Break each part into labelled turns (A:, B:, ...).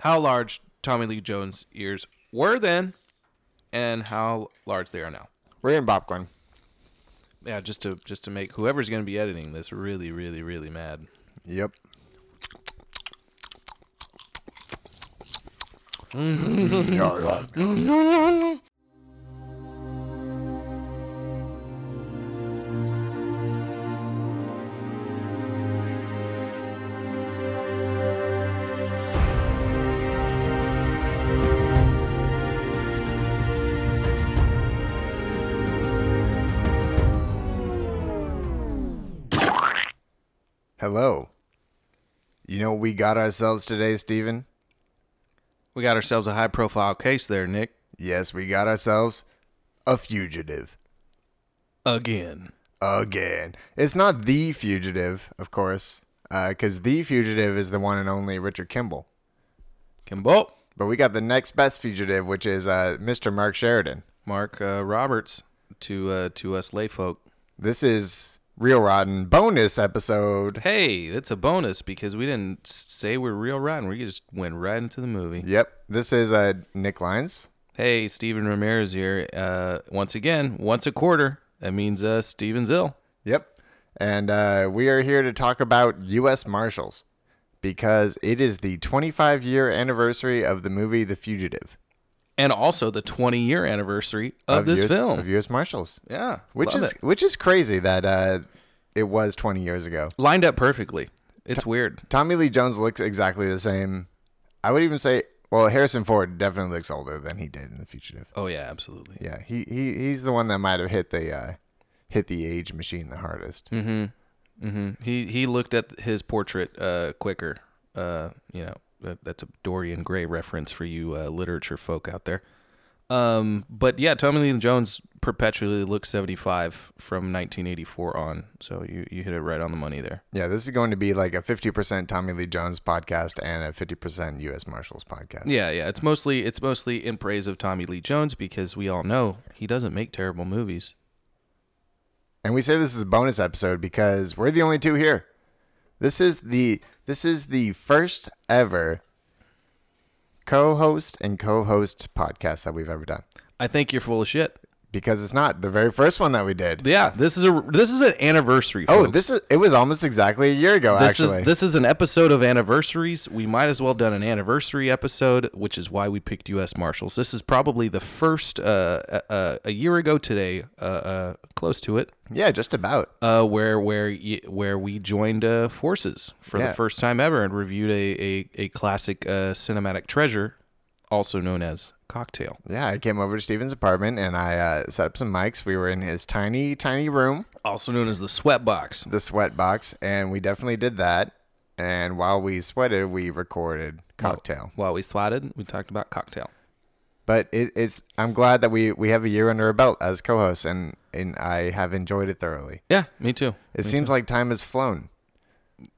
A: how large Tommy Lee Jones' ears were then and how large they are now.
B: We're getting popcorn.
A: Yeah, just to just to make whoever's going to be editing this really really really mad.
B: Yep. Hello. You know what we got ourselves today, Steven?
A: We got ourselves a high profile case there, Nick.
B: Yes, we got ourselves a fugitive.
A: Again.
B: Again. It's not the fugitive, of course, because the fugitive is the one and only Richard Kimball.
A: Kimbo,
B: But we got the next best fugitive, which is uh, Mr. Mark Sheridan.
A: Mark uh, Roberts to uh, to us lay folk.
B: This is Real Rotten bonus episode.
A: Hey, that's a bonus because we didn't say we're real rotten. We just went right into the movie.
B: Yep, this is uh, Nick Lyons.
A: Hey, Steven Ramirez here. Uh, once again, once a quarter. That means uh, Steven's ill.
B: Yep. And uh, we are here to talk about U.S. Marshals because it is the 25 year anniversary of the movie The Fugitive.
A: And also the 20 year anniversary of, this
B: US,
A: film.
B: Of U.S. Marshals.
A: yeah.
B: Which
A: love
B: is
A: it.
B: which is crazy that uh, it was 20 years ago.
A: lined up perfectly. It's weird.
B: Tommy Lee Jones looks exactly the same. I would even say, well, Harrison Ford definitely looks older than he did in The Fugitive.
A: Oh, yeah, absolutely.
B: Yeah, he, he he's the one that might have hit the uh, hit the age machine the hardest.
A: Hmm.
B: Mm.
A: He he looked at his portrait uh, quicker. Uh, you know, that, that's a Dorian Gray reference for you uh, literature folk out there. Um, but yeah, Tommy Lee Jones perpetually looks 75 from 1984 on. So you, you hit it right on the money there.
B: Yeah, this is going to be like a 50% Tommy Lee Jones podcast and a 50% U.S. Marshals podcast.
A: Yeah, yeah. It's mostly it's mostly in praise of Tommy Lee Jones because we all know he doesn't make terrible movies.
B: And we say this is a bonus episode because we're the only two here. This is the this is the first ever co-host and co-host podcast that we've ever done
A: I think you're full of shit.
B: because it's not the very first one that we did.
A: Yeah, this is a this is an anniversary.
B: oh,
A: folks.
B: this is it was almost exactly a year ago
A: This
B: actually.
A: is this is an episode of anniversaries. We might as well done an anniversary episode, which is why we picked U.S. Marshals. This is probably the first uh, uh, uh, a year ago today, uh, uh, close to it,
B: yeah, just about.
A: uh, where where y- where we joined uh, forces for
B: Yeah.
A: the first time ever and reviewed a a, a classic uh, cinematic treasure, also known as Cocktail.
B: Yeah, I came over to Steven's apartment and I uh, set up some mics. We were in his tiny, tiny room,
A: also known as the sweat box.
B: the sweat box, and we definitely did that. And while we sweated, we recorded cocktail.
A: While we swatted, we talked about cocktail.
B: But it, it's I'm glad that we we have a year under our belt as co-hosts, and and I have enjoyed it thoroughly.
A: Yeah, me too.
B: It seems like time has flown.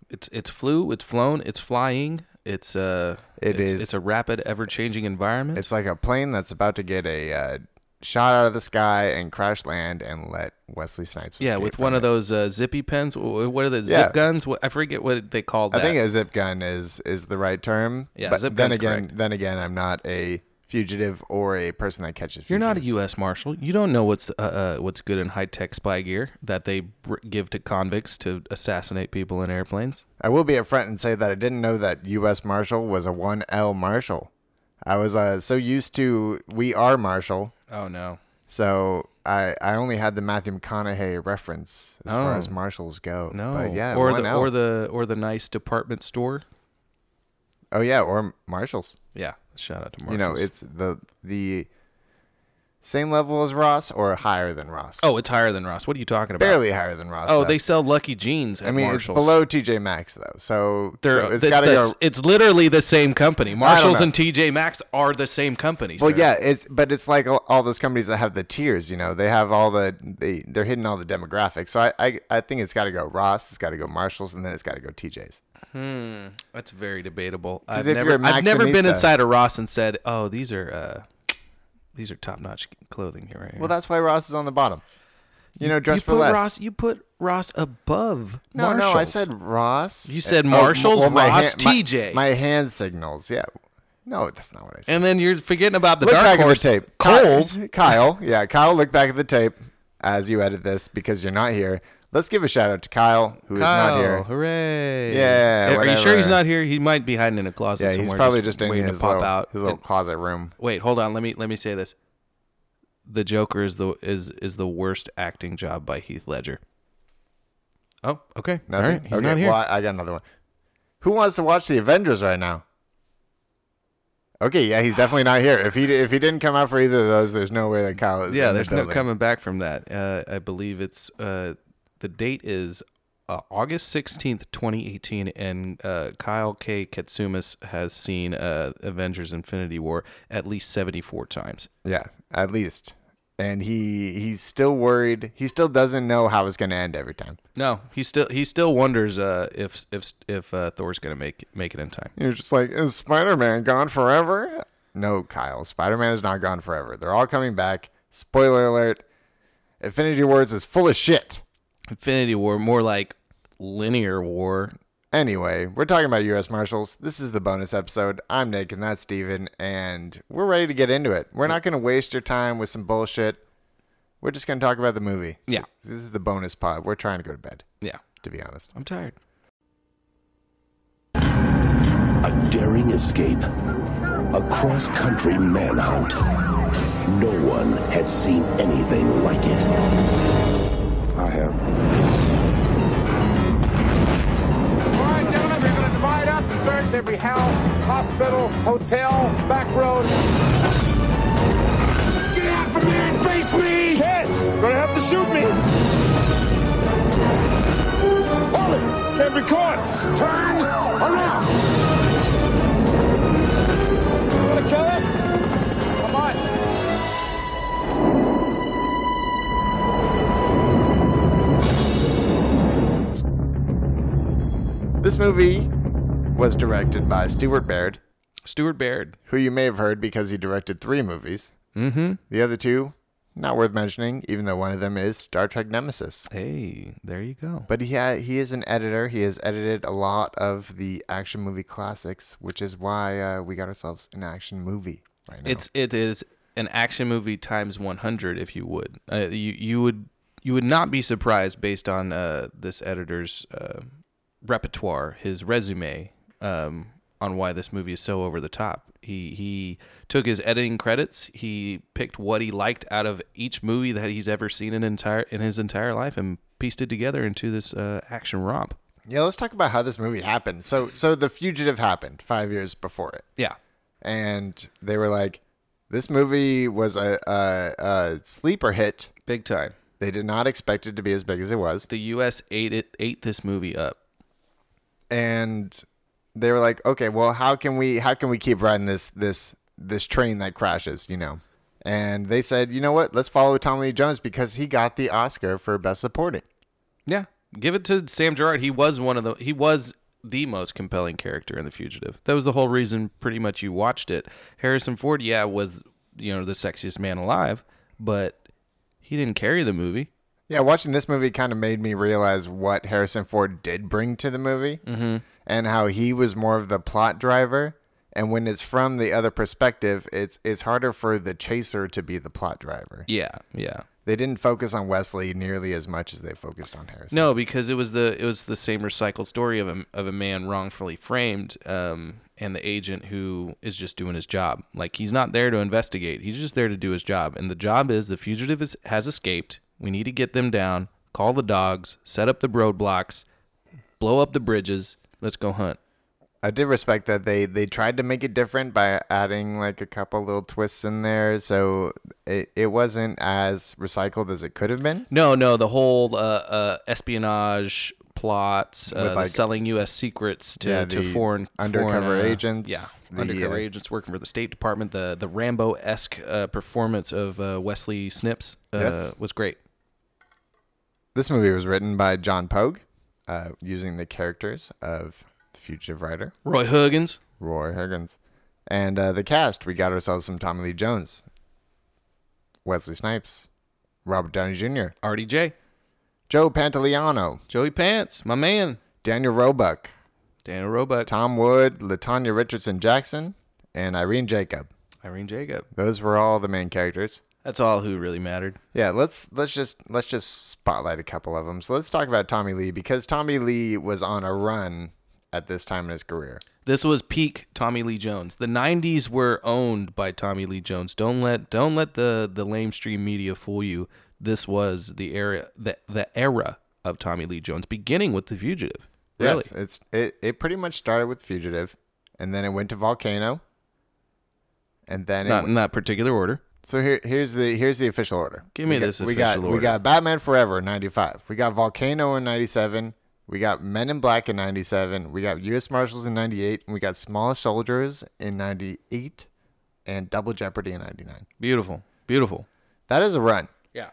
A: It's it's flew, it's flown, it's flying. It's uh
B: It
A: it's,
B: is.
A: it's a rapid ever changing environment.
B: It's like a plane that's about to get a uh, shot out of the sky and crash land and let Wesley Snipes.
A: yeah,
B: escape
A: with
B: from
A: one
B: it.
A: of those uh, zippy pens. Wh- What are the
B: Yeah.
A: zip guns? What, I forget what they called that.
B: I think a zip gun is is the right term.
A: Yeah,
B: but
A: zip
B: then
A: gun's
B: again, then again, I'm not a fugitive or a person that catches.
A: You're not a
B: fugitives.
A: U.S. marshal. You don't know what's uh, uh, what's good in high tech spy gear that they br- give to convicts to assassinate people in airplanes.
B: I will be upfront and say that I didn't know that U.S. Marshal was a one L Marshal. I was uh, so used to we are Marshal,
A: Oh no.
B: so I I only had the Matthew McConaughey reference as far as marshals go.
A: Oh. No,
B: but yeah,
A: or
B: one
A: the
B: L.
A: or the or the nice department store.
B: oh yeah, or marshals.
A: Yeah, shout out to
B: You
A: marshals.
B: know, it's the the same level as Ross or higher than Ross.
A: oh, it's higher than Ross. What are you talking about?
B: barely higher than Ross.
A: Oh,
B: though.
A: they sell Lucky Jeans. At
B: I mean,
A: Marshalls.
B: it's below TJ Maxx though, so,
A: They're,
B: so
A: it's,
B: it's got to
A: the-
B: go.
A: it's literally the same company. Marshalls
B: know.
A: and TJ Maxx are the same company.
B: Well,
A: sir.
B: yeah, it's but it's like all, all those companies that have the tiers. You know, they have all the they they're hitting all the demographics. So I I, I think it's got to go Ross, it's got to go Marshalls, and then it's got to go TJ's.
A: that's very debatable. I've
B: if
A: never,
B: you're a
A: I've never been
B: Maximista-
A: inside a Ross and said, "Oh, these are uh, these are top notch clothing here." Right here.
B: Well, that's why Ross is on the bottom. You, know, dress
A: you
B: for
A: put
B: less.
A: Ross, you put Ross above
B: no,
A: Marshalls.
B: no, I said Ross.
A: You said
B: Oh, m-
A: Marshalls,
B: my
A: Ross,
B: my-
A: TJ.
B: My, hand signals, yeah. No, that's not what I said.
A: And then you're forgetting about the
B: look
A: dark
B: back
A: horse.
B: at the tape.
A: Coles.
B: Kyle, Kyle, yeah, Kyle, look back at the tape as you edit this because you're not here. Let's give a shout out to Kyle, who is
A: Kyle,
B: not here.
A: Oh, hooray!
B: Yeah,
A: Are you sure he's
B: whatever.
A: not here? He might be hiding in a closet
B: Yeah,
A: somewhere.
B: he's probably just, in
A: waiting
B: his
A: to pop
B: little,
A: out.
B: his little closet room.
A: Wait, hold on. Let me let me say this. The Joker is the is is the worst acting job by Heath Ledger. Oh, okay.
B: Nothing?
A: All right, he's
B: okay,
A: not here.
B: Well, I I got another one. Who wants to watch the Avengers right now? Okay, yeah, he's definitely not here. If he if he didn't come out for either of those, there's no way that Kyle is. in
A: yeah,
B: the
A: there's no
B: building.
A: coming back from that. Uh, I believe it's uh, the date is uh, August sixteenth, twenty eighteen, and uh, Kyle K. Katsumas has seen uh, Avengers: Infinity War at least seventy four times.
B: Yeah, at least. And he he's still worried. He still doesn't know how it's going to end every time.
A: No, he still he still wonders uh, if if if uh, Thor's gonna make make it in time.
B: You're just like, is Spider Man gone forever? No, Kyle. Spider Man is not gone forever. They're all coming back. Spoiler alert Infinity Wars is full of shit.
A: Infinity War, more like linear war.
B: Anyway, we're talking about U.S. Marshals. This is the bonus episode. I'm Nick and that's Steven, and we're ready to get into it. We're not going to waste your time with some bullshit. We're just going to talk about the movie.
A: Yeah.
B: This is the bonus pod. We're trying to go to bed,
A: Yeah,
B: to be honest.
A: I'm tired.
C: A daring escape. A cross country manhunt. No one had seen anything like it. I have.
D: All right, gentlemen, we're going to divide up and search every house, hospital, hotel, back road. Get out from there and face me! Cats, you're going to have to shoot me! Hold it! Can't be caught! Turn around! You want to kill him? Come on.
B: This movie was directed by Stuart Baird,
A: Stuart Baird.
B: who you may have heard because he directed three movies. Mm-hmm. The other two, not worth mentioning, even though one of them is Star Trek Nemesis.
A: Hey, there you go.
B: But he ha- he is an editor. He has edited a lot of the action movie classics, which is why uh, we got ourselves an action movie right now.
A: It's it is an action movie times 100 if you would. Uh, you you would you would not be surprised based on uh, this editor's uh, repertoire, his resume um, on why this movie is so over the top. He he took his editing credits, he picked what he liked out of each movie that he's ever seen in entire in his entire life and pieced it together into this uh, action romp.
B: yeah. Let's talk about how this movie happened. So so the fugitive happened five years before it.
A: Yeah.
B: and they were like, this movie was a, a, a sleeper hit.
A: Big time.
B: They did not expect it to be as big as it was.
A: The US ate it ate this movie up.
B: and they were like, okay, well, how can we how can we keep riding this this this train that crashes, you know? And they said, you know what? Let's follow Tommy Lee Jones because he got the Oscar for best supporting.
A: Yeah, give it to Sam Gerard. He was one of the he was the most compelling character in The Fugitive. That was the whole reason pretty much you watched it. Harrison Ford, yeah, was you know the sexiest man alive, but he didn't carry the movie.
B: Yeah, watching this movie kind of made me realize what Harrison Ford did bring to the movie and how he was more of the plot driver. And when it's from the other perspective, it's it's harder for the chaser to be the plot driver.
A: Yeah, yeah.
B: They didn't focus on Wesley nearly as much as they focused on Harrison.
A: No, because it was the it was the same recycled story of a of a man wrongfully framed, um, and the agent who is just doing his job. Like he's not there to investigate; he's just there to do his job. And the job is the fugitive is, has escaped. We need to get them down, call the dogs, set up the roadblocks, blow up the bridges. Let's go hunt.
B: I did respect that they they tried to make it different by adding like a couple little twists in there, so it, it wasn't as recycled as it could have been.
A: No, no, the whole uh, uh, espionage plots, uh,
B: With,
A: the
B: like-
A: selling U.S. secrets to,
B: Yeah,
A: to
B: the
A: foreign
B: undercover
A: foreign, uh,
B: agents,
A: yeah,
B: the,
A: undercover
B: uh,
A: agents working for the State Department. The the Rambo esque uh, performance of uh, Wesley Snipes uh,
B: Yes.
A: was great.
B: This movie was written by John Pogue, uh, using the characters of the fugitive writer
A: Roy Huggins,
B: Roy Higgins, and uh, the cast. We got ourselves some Tommy Lee Jones, Wesley Snipes, Robert Downey Jr.,
A: RDJ,
B: Joe Pantoliano,
A: Joey Pants, my man,
B: Daniel Roebuck,
A: Daniel Roebuck,
B: Tom Wood, Latanya Richardson Jackson, and Irene Jacob.
A: Irene Jacob.
B: Those were all the main characters.
A: That's all who really mattered.
B: Yeah, let's let's just let's just spotlight a couple of them. So let's talk about Tommy Lee because Tommy Lee was on a run at this time in his career.
A: This was peak Tommy Lee Jones. The '90s were owned by Tommy Lee Jones. Don't let don't let the the lamestream media fool you. This was the era the the era of Tommy Lee Jones, beginning with The Fugitive. Really,
B: Yes, it's it, it pretty much started with Fugitive, and then it went to Volcano, and then it
A: not
B: went,
A: not particular order.
B: so here here's the here's the official order.
A: Give me
B: we got-
A: this
B: we got
A: official
B: we
A: order.
B: got Batman Forever in '95. We got Volcano in '97. We got Men in Black in '97. We got U.S. Marshals in '98. We got Small Soldiers in '98, and Double Jeopardy in '99.
A: Beautiful, beautiful.
B: That is a run.
A: Yeah.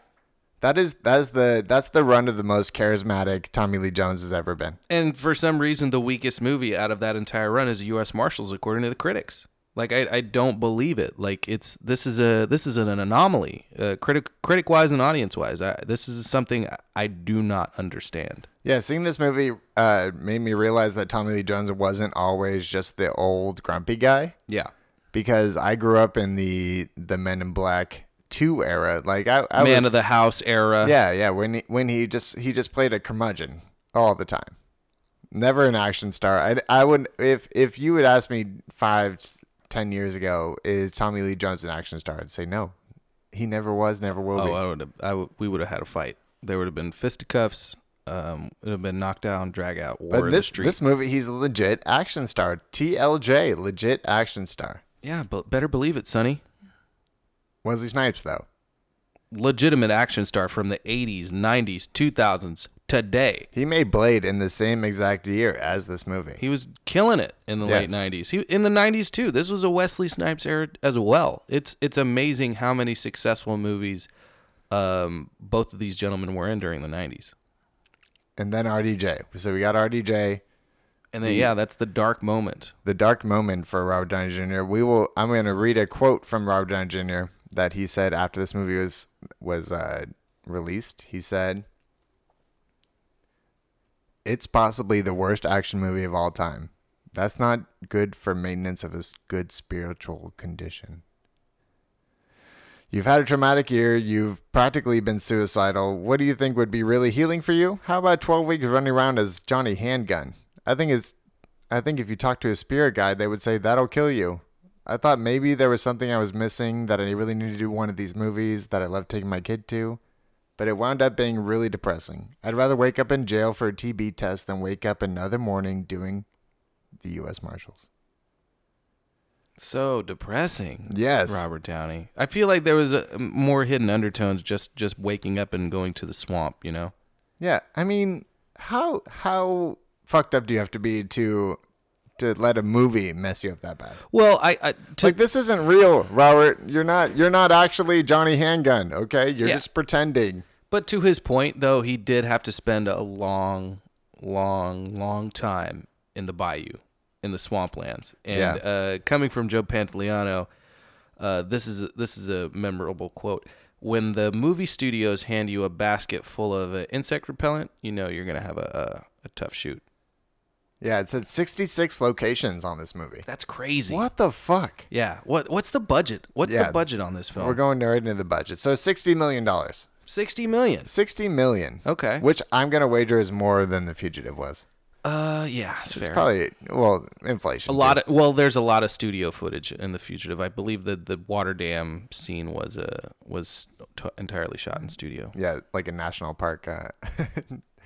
B: That is that's the that's the run of the most charismatic Tommy Lee Jones has ever been.
A: And for some reason, the weakest movie out of that entire run is U.S. Marshals, according to the critics. Like I, I don't believe it. Like it's this is a this is an anomaly, uh, critic critic wise and audience wise. I, this is something I- I do not understand.
B: Yeah, seeing this movie uh, made me realize that Tommy Lee Jones wasn't always just the old grumpy guy
A: Yeah,
B: because I grew up in the the Men in Black two era. Like I, I
A: man
B: was,
A: of the house era.
B: yeah yeah when he, when he just he just played a curmudgeon all the time, never an action star. I I would if if you would ask me five ten years ago is Tommy Lee Jones an action star? I'd say no, he never was, never will be.
A: Oh, I would have. I would, we would have had a fight. There would have been fisticuffs. Um, it would have been knocked down, drag out, war
B: But
A: in the
B: this
A: street.
B: this movie, he's a legit action star. TLJ, legit action star.
A: yeah, but better believe it, Sonny.
B: Wesley Snipes though.
A: Legitimate action star from the '80s, '90s, 2000s, today.
B: He made Blade in the same exact year as this movie.
A: He was killing it in the late
B: Yes.
A: '90s. He in the '90s too. This was a Wesley Snipes era as well. It's it's amazing how many successful movies um, both of these gentlemen were in during the '90s.
B: and then RDJ. So we got RDJ,
A: And then yeah, that's the dark moment.
B: the dark moment for Robert Downey Jr. We will. I'm going to read a quote from Robert Downey Jr. that he said after this movie was was uh, released. He said, "It's possibly the worst action movie of all time. That's not good for maintenance of a s- good spiritual condition." You've had a traumatic year. You've practically been suicidal. What do you think would be really healing for you? How about 12 weeks running around as Johnny Handgun? I think it's I think if you talk to a spirit guide, they would say that'll kill you. I thought maybe there was something I was missing that I really need to do one of these movies that I love taking my kid to, but it wound up being really depressing. I'd rather wake up in jail for a TB test than wake up another morning doing the U.S. Marshals.
A: So depressing.
B: Yes.
A: Robert Downey. I feel like there was a, more hidden undertones just just waking up and going to the swamp. You know.
B: Yeah, I mean, how how fucked up do you have to be to to let a movie mess you up that bad?
A: Well, I, I to,
B: Like this isn't real, Robert. You're not you're not actually Johnny Handgun, okay? You're
A: Yeah.
B: just pretending.
A: But to his point, though, he did have to spend a long, long, long time in the bayou, in the swamplands. And
B: Yeah.
A: uh, coming from Joe Pantoliano, uh, this is this is a memorable quote. When the movie studios hand you a basket full of uh, insect repellent, you know you're gonna have a, a, a tough shoot.
B: Yeah, it said 66 locations on this movie.
A: That's crazy.
B: What the fuck?
A: Yeah. What What's the budget? What's
B: Yeah.
A: the budget on this film?
B: We're going right into the budget. So 60 million dollars.
A: Sixty million.
B: 60 million.
A: Okay.
B: Which I'm going to wager is more than The Fugitive was.
A: Uh, yeah, it's fair.
B: Probably well, inflation.
A: a lot of well there's a lot of studio footage in the fugitive i believe that the water dam scene was uh, was t- entirely shot in studio
B: Yeah, like a national park uh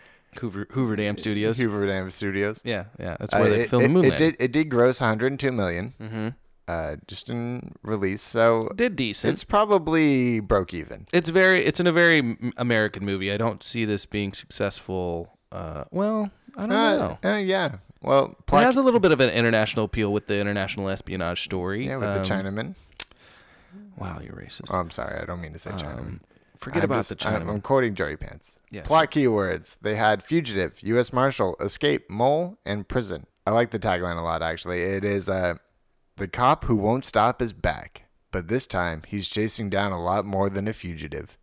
A: hoover, hoover dam studios
B: Hoover Dam Studios.
A: yeah yeah that's where
B: Uh,
A: they
B: it,
A: filmed
B: it-
A: moonlight
B: it did it did gross 102 million, uh, just in release. So
A: Mm-hmm. Did decent
B: it's
A: it's,
B: probably broke even.
A: very it's in a very m- american movie i don't see this being successful uh, well i don't know
B: Uh, uh, yeah. Well,
A: it
B: plot,
A: has a little bit of an international appeal with the international espionage story
B: yeah, with the
A: Um,
B: Chinaman.
A: wow you're racist
B: Oh, I'm sorry, I don't mean to
A: um,
B: say Chinaman.
A: forget
B: I'm
A: about
B: Um, just-
A: the
B: I'm- I'm
A: chinaman
B: quoting Joey Pants.
A: Yeah.
B: Plot keywords. They had fugitive, U.S. Marshal, escape, mole, and prison. I like the tagline a lot, actually. It is uh, the cop who won't stop is back, but this time he's chasing down a lot more than a fugitive.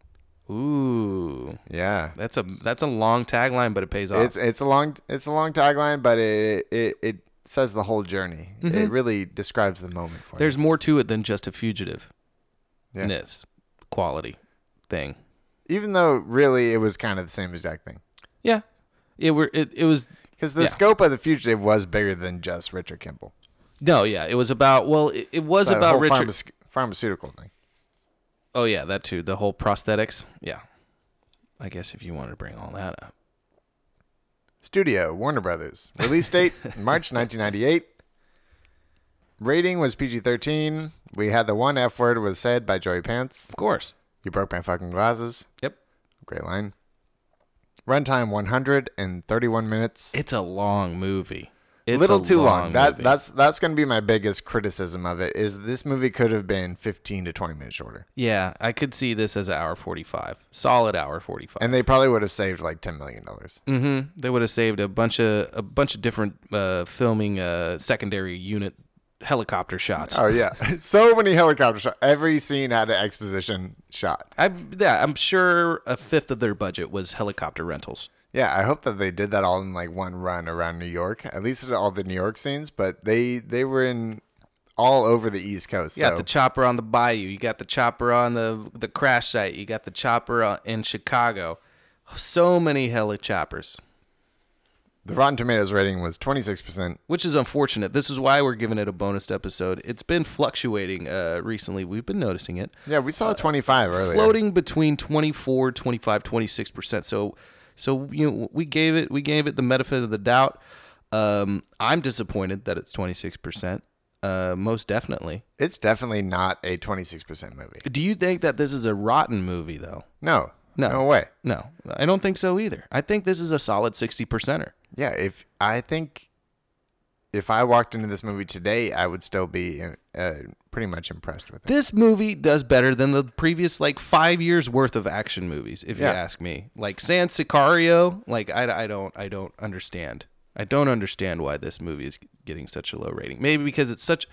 A: ooh
B: Yeah.
A: that's a that's a long tagline but it pays off
B: It's it's a long it's a long tagline, but it it, it says the whole journey. It really describes the moment for
A: Mm-hmm. There's more to it than just a fugitiveness
B: you. Yeah.
A: quality thing.
B: Even though really it was kind of the same exact thing.
A: Yeah, it were it, it was
B: Because the
A: Yeah.
B: scope of the fugitive was bigger than just Richard Kimball.
A: no yeah it was about well it, it was
B: That
A: about
B: whole
A: Richard
B: pharmace- pharmaceutical thing.
A: oh yeah that too the whole prosthetics yeah I guess if you wanted to bring all that up
B: Studio Warner Brothers. Release date March 1998. Rating was PG-13. We had the one F word was said by Joey Pants.
A: of course
B: You broke my fucking glasses.
A: yep
B: Great line. Runtime 131 minutes.
A: it's a long movie it's
B: a little
A: a
B: too long. That
A: movie.
B: that's that's going to be my biggest criticism of it is this movie could have been 15 to 20 minutes shorter.
A: yeah I could see this as an hour forty five solid hour forty five
B: And they probably would have saved like 10 million dollars.
A: they would have saved a bunch of a bunch of different uh, filming uh, secondary unit helicopter shots.
B: Oh yeah. so many helicopter shots. Every scene had an exposition shot.
A: I yeah, I'm sure a fifth of their budget was helicopter rentals.
B: Yeah, I hope that they did that all in like one run around New York. At least at all the New York scenes, but they they were in all over the East Coast.
A: You got
B: so
A: the chopper on the bayou. You got the chopper on the the crash site. You got the chopper uh, in Chicago. So many helichoppers,
B: the Rotten Tomatoes rating was 26%.
A: which is unfortunate. This is why we're giving it a bonus episode. It's been fluctuating uh, recently. We've been noticing it.
B: Yeah, we saw 25 earlier.
A: Uh, floating between 24 25 26 percent so so you know we gave it we gave it the benefit of the doubt um i'm disappointed that it's 26 percent uh most definitely
B: It's definitely not a 26% movie.
A: do you think that this is a rotten movie though
B: No.
A: No.
B: No way.
A: no i don't think so either i think this is a solid 60 percenter
B: Yeah, if I think if I walked into this movie today, I would still be uh, pretty much impressed with it.
A: this movie does better than the previous like five years worth of action movies if
B: Yeah.
A: you ask me like san sicario like I, I don't i don't understand i don't understand why this movie is getting such a low rating maybe because it's such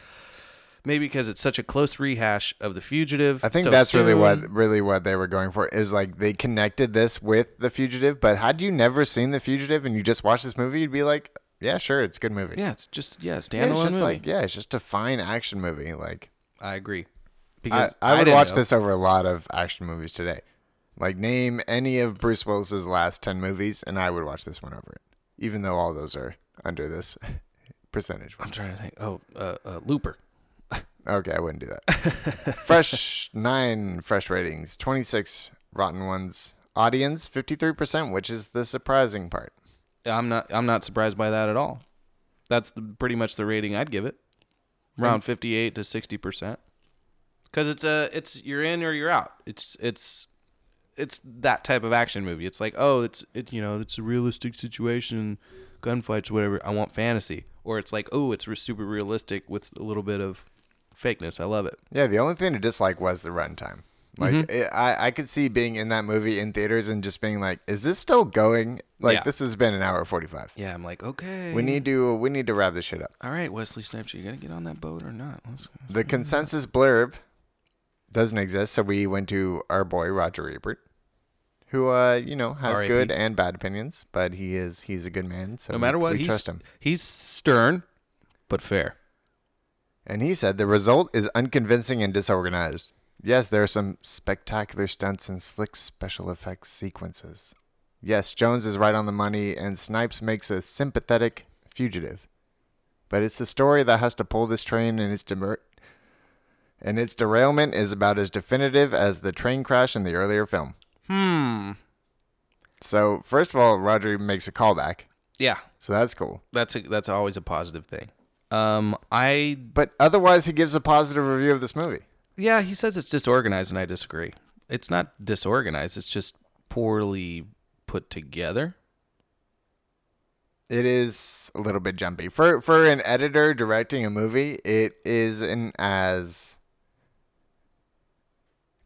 A: maybe because it's such a close rehash of the fugitive
B: I think
A: so
B: that's really
A: soon.
B: what really what they were going for is like they connected this with The Fugitive, but had you never seen The Fugitive and you just watched this movie, you'd be like, yeah, sure, it's a good movie.
A: yeah it's just yeah standalone
B: Yeah, it's just
A: movie
B: like yeah, it's just a fine action movie. Like
A: i agree
B: I,
A: because
B: I would
A: didn't
B: watch
A: know.
B: this over a lot of action movies today. Like name any of Bruce Willis's last 10 movies and I would watch this one over it. Even though all those are under this percentage.
A: i'm trying to think oh uh, uh looper
B: Okay, I wouldn't do that. fresh nine fresh ratings, twenty six rotten ones. Audience fifty three percent, which is the surprising part.
A: i'm not i'm not surprised by that at all that's the, pretty much the rating i'd give it around 58 to 60 percent because it's a it's you're in or you're out it's it's it's that type of action movie it's like oh it's it you know it's a realistic situation gunfights whatever i want fantasy or it's like oh it's re- super realistic with a little bit of fakeness i love it
B: Yeah, the only thing to dislike was the runtime. Like
A: Mm-hmm.
B: it, I, I could see being in that movie in theaters and just being like, "Is this still going? Like
A: Yeah.
B: this has been an hour forty five.
A: yeah i'm like okay
B: We need to we need to wrap this shit up."
A: all right wesley snipes you gonna get on that boat or not Let's go.
B: The consensus blurb doesn't exist, so we went to our boy Roger Ebert, who uh you know has
A: R.I.P..
B: good and bad opinions, but he is he's a good man. So
A: no matter
B: we,
A: what
B: we
A: he's
B: trust him.
A: he's stern but fair
B: And he said the result is unconvincing and disorganized. Yes, there are some spectacular stunts and slick special effects sequences. Yes, Jones is right on the money, and Snipes makes a sympathetic fugitive. But it's the story that has to pull this train, and its demur- and its derailment is about as definitive as the train crash in the earlier film.
A: hmm
B: So, first of all, Roger makes a callback,
A: yeah
B: so that's cool.
A: that's a, that's always a positive thing. Um, I
B: But otherwise, he gives a positive review of this movie.
A: yeah, he says it's disorganized, and I disagree. It's not disorganized; it's just poorly put together.
B: It is a little bit jumpy for for an editor directing a movie. It isn't as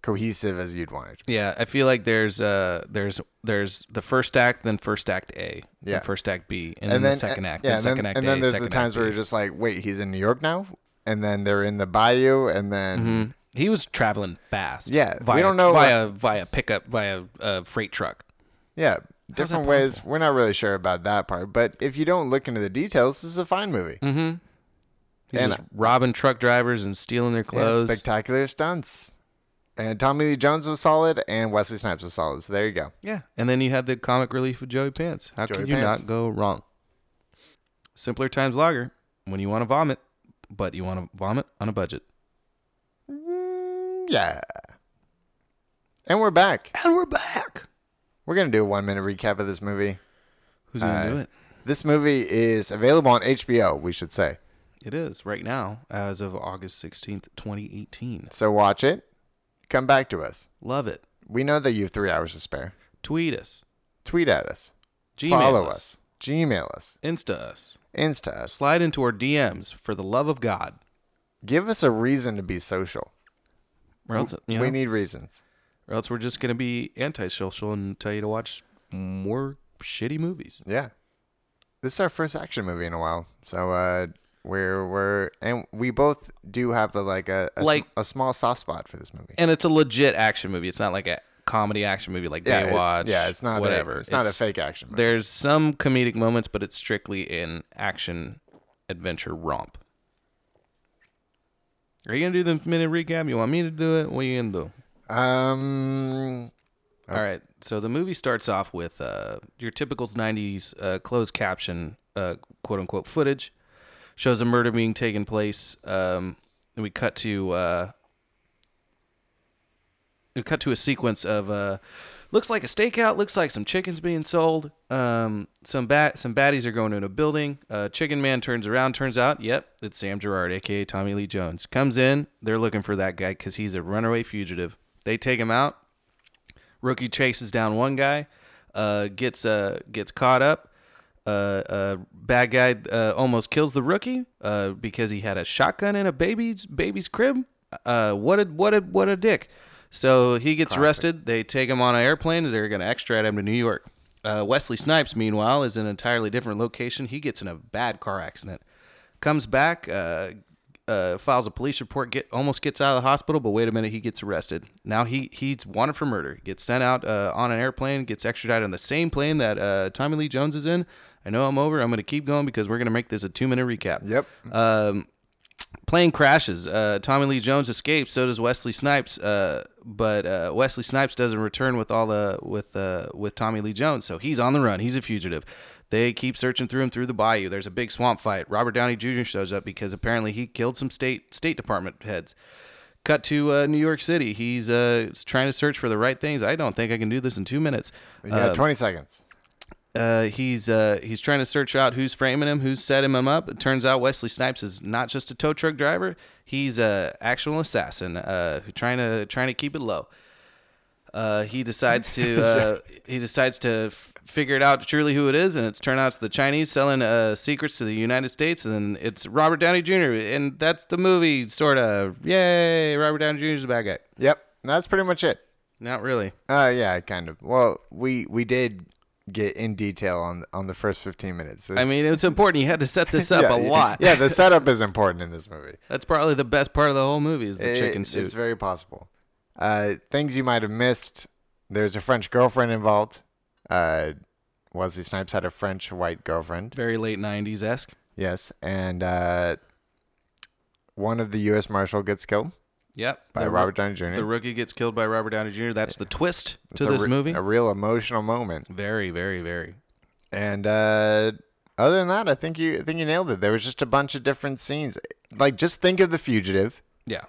B: cohesive as you'd want it.
A: Yeah, I feel like there's uh there's there's the first act, then first act A,
B: Yeah.
A: then first act B, and, then, the second act,
B: yeah,
A: then
B: and
A: second
B: then,
A: act
B: and
A: A,
B: then there's
A: second
B: the times
A: act
B: where
A: B.
B: you're just like, wait, he's in New York now, and then they're in the bayou, and then
A: he was traveling fast.
B: Yeah, we
A: via,
B: don't know
A: via via pickup via uh, freight truck.
B: yeah, different ways. We're not really sure about that part, but if you don't look into the details, this is a fine movie.
A: Mm-hmm. He's
B: And-
A: just robbing truck drivers and stealing their
B: Yeah,
A: clothes.
B: spectacular stunts. And Tommy Lee Jones was solid, and Wesley Snipes was solid. So there you go.
A: yeah, and then you had the comic relief of Joey Pants. How
B: Joey
A: could you
B: Pants.
A: not go wrong? Simpler times lager when you want to vomit, but you want to vomit on a budget.
B: Yeah. And we're back.
A: And we're back.
B: We're gonna do a one minute recap of this movie.
A: Who's gonna do it?
B: This movie is available on HBO. We should say.
A: It is right now as of August sixteenth, twenty eighteen.
B: So watch it. Come back to us.
A: Love it.
B: We know that you have three hours to spare.
A: Tweet us.
B: Tweet at us.
A: Gmail
B: follow
A: us.
B: us. Gmail us.
A: Insta us.
B: Insta us.
A: Slide into our DMs for the love of God.
B: Give us a reason to be social.
A: Or else, you know,
B: We need reasons.
A: or else we're just gonna be antisocial and tell you to watch more shitty movies.
B: Yeah. This is our first action movie in a while. So uh we're we're and we both do have a, like a a, sm-
A: Like-
B: a small soft spot for this movie.
A: And it's a legit action movie. It's not like a comedy action movie like
B: Yeah, it-
A: Baywatch.
B: yeah, it's not a-
A: whatever.
B: it's not a fake action movie.
A: There's some comedic moments, but it's strictly an action adventure romp. Are you gonna do the minute recap? You want me to do it? What are you gonna do?
B: Um
A: All right. So the movie starts off with uh, your typical 90s uh, closed caption, uh, quote unquote, footage. Shows a murder being taken place. Um, and we cut to. Uh, we cut to a sequence of uh, looks like a stakeout. Looks like some chickens being sold. Um, some bat, some baddies are going into a building. Uh, Chicken Man turns around. Turns out, yep, it's Sam Gerard, aka Tommy Lee Jones. Comes in. They're looking for that guy because he's a runaway fugitive. They take him out. Rookie chases down one guy, uh, gets uh, gets caught up. Uh, uh, bad guy uh, almost kills the rookie uh, because he had a shotgun in a baby's baby's crib. Uh, what a what a what a dick! So he gets arrested. They take him on an airplane. They're gonna extradite him to New York. Uh, Wesley Snipes, meanwhile, is in an entirely different location. He gets in a bad car accident, comes back, uh, uh, files a police report, get almost gets out of the hospital, but wait a minute, he gets arrested. Now he he's wanted for murder, gets sent out uh, on an airplane, gets extradited on the same plane that uh, Tommy Lee Jones is in. I know I'm over. I'm going to keep going because we're going to make this a two minute recap.
B: yep.
A: Plane crashes. Uh, Tommy Lee Jones escapes. So does Wesley Snipes. Uh, but uh, Wesley Snipes doesn't return with all the with uh, with Tommy Lee Jones. So he's on the run. He's a fugitive. They keep searching through him through the bayou. There's a big swamp fight. Robert Downey Jr. shows up because apparently he killed some state State Department heads. Cut to uh, New York City. He's uh, trying to search for the right things. I don't think I can do this in two minutes
B: you
A: Um,
B: got 20 seconds.
A: uh, he's uh, he's trying to search out who's framing him, who's setting him up. It turns out Wesley Snipes is not just a tow truck driver; he's a actual assassin uh, who trying to trying to keep it low. Uh, he decides to uh, he decides to f- figure it out truly who it is, and it's turned out it's the Chinese selling uh, secrets to the United States, and then it's Robert Downey Jr. and that's the movie, sort of. Yay, Robert Downey Jr. is a bad guy.
B: Yep. That's pretty much it.
A: Not really.
B: Uh yeah, kind of. Well, we we did get in detail on on the first 15 minutes.
A: I mean, it's important. You had to set this up
B: yeah,
A: a
B: yeah,
A: lot.
B: Yeah, the setup is important in this movie.
A: That's probably the best part of the whole movie is the
B: It-
A: chicken
B: It's
A: suit.
B: very possible. Uh, things you might have missed. There's a French girlfriend involved. Uh, Wesley Snipes had a French white girlfriend.
A: Very late '90s esque.
B: Yes, and uh, one of the U.S. Marshal gets killed
A: Yep.
B: by
A: the,
B: Robert Downey Jr.
A: The rookie gets killed by Robert Downey Jr. That's the twist
B: It's
A: to
B: a
A: this
B: re-
A: movie.
B: a real emotional moment.
A: very, very, very.
B: And uh, other than that, I think you I think you nailed it. There was just a bunch of different scenes. Like just think of the fugitive
A: Yeah.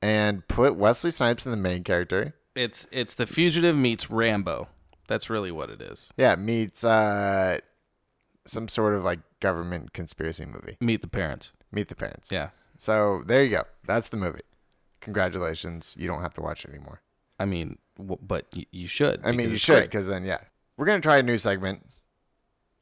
B: and put Wesley Snipes in the main character.
A: It's it's the fugitive meets Rambo. That's really what it is.
B: Yeah, meets uh some sort of like government conspiracy movie.
A: Meet the parents.
B: Meet the parents.
A: Yeah.
B: So there you go. That's the movie. Congratulations. You don't have to watch it anymore.
A: I mean, w- but y- you should.
B: I mean,
A: because
B: you
A: it's
B: should
A: great.
B: because then yeah, we're gonna try a new segment.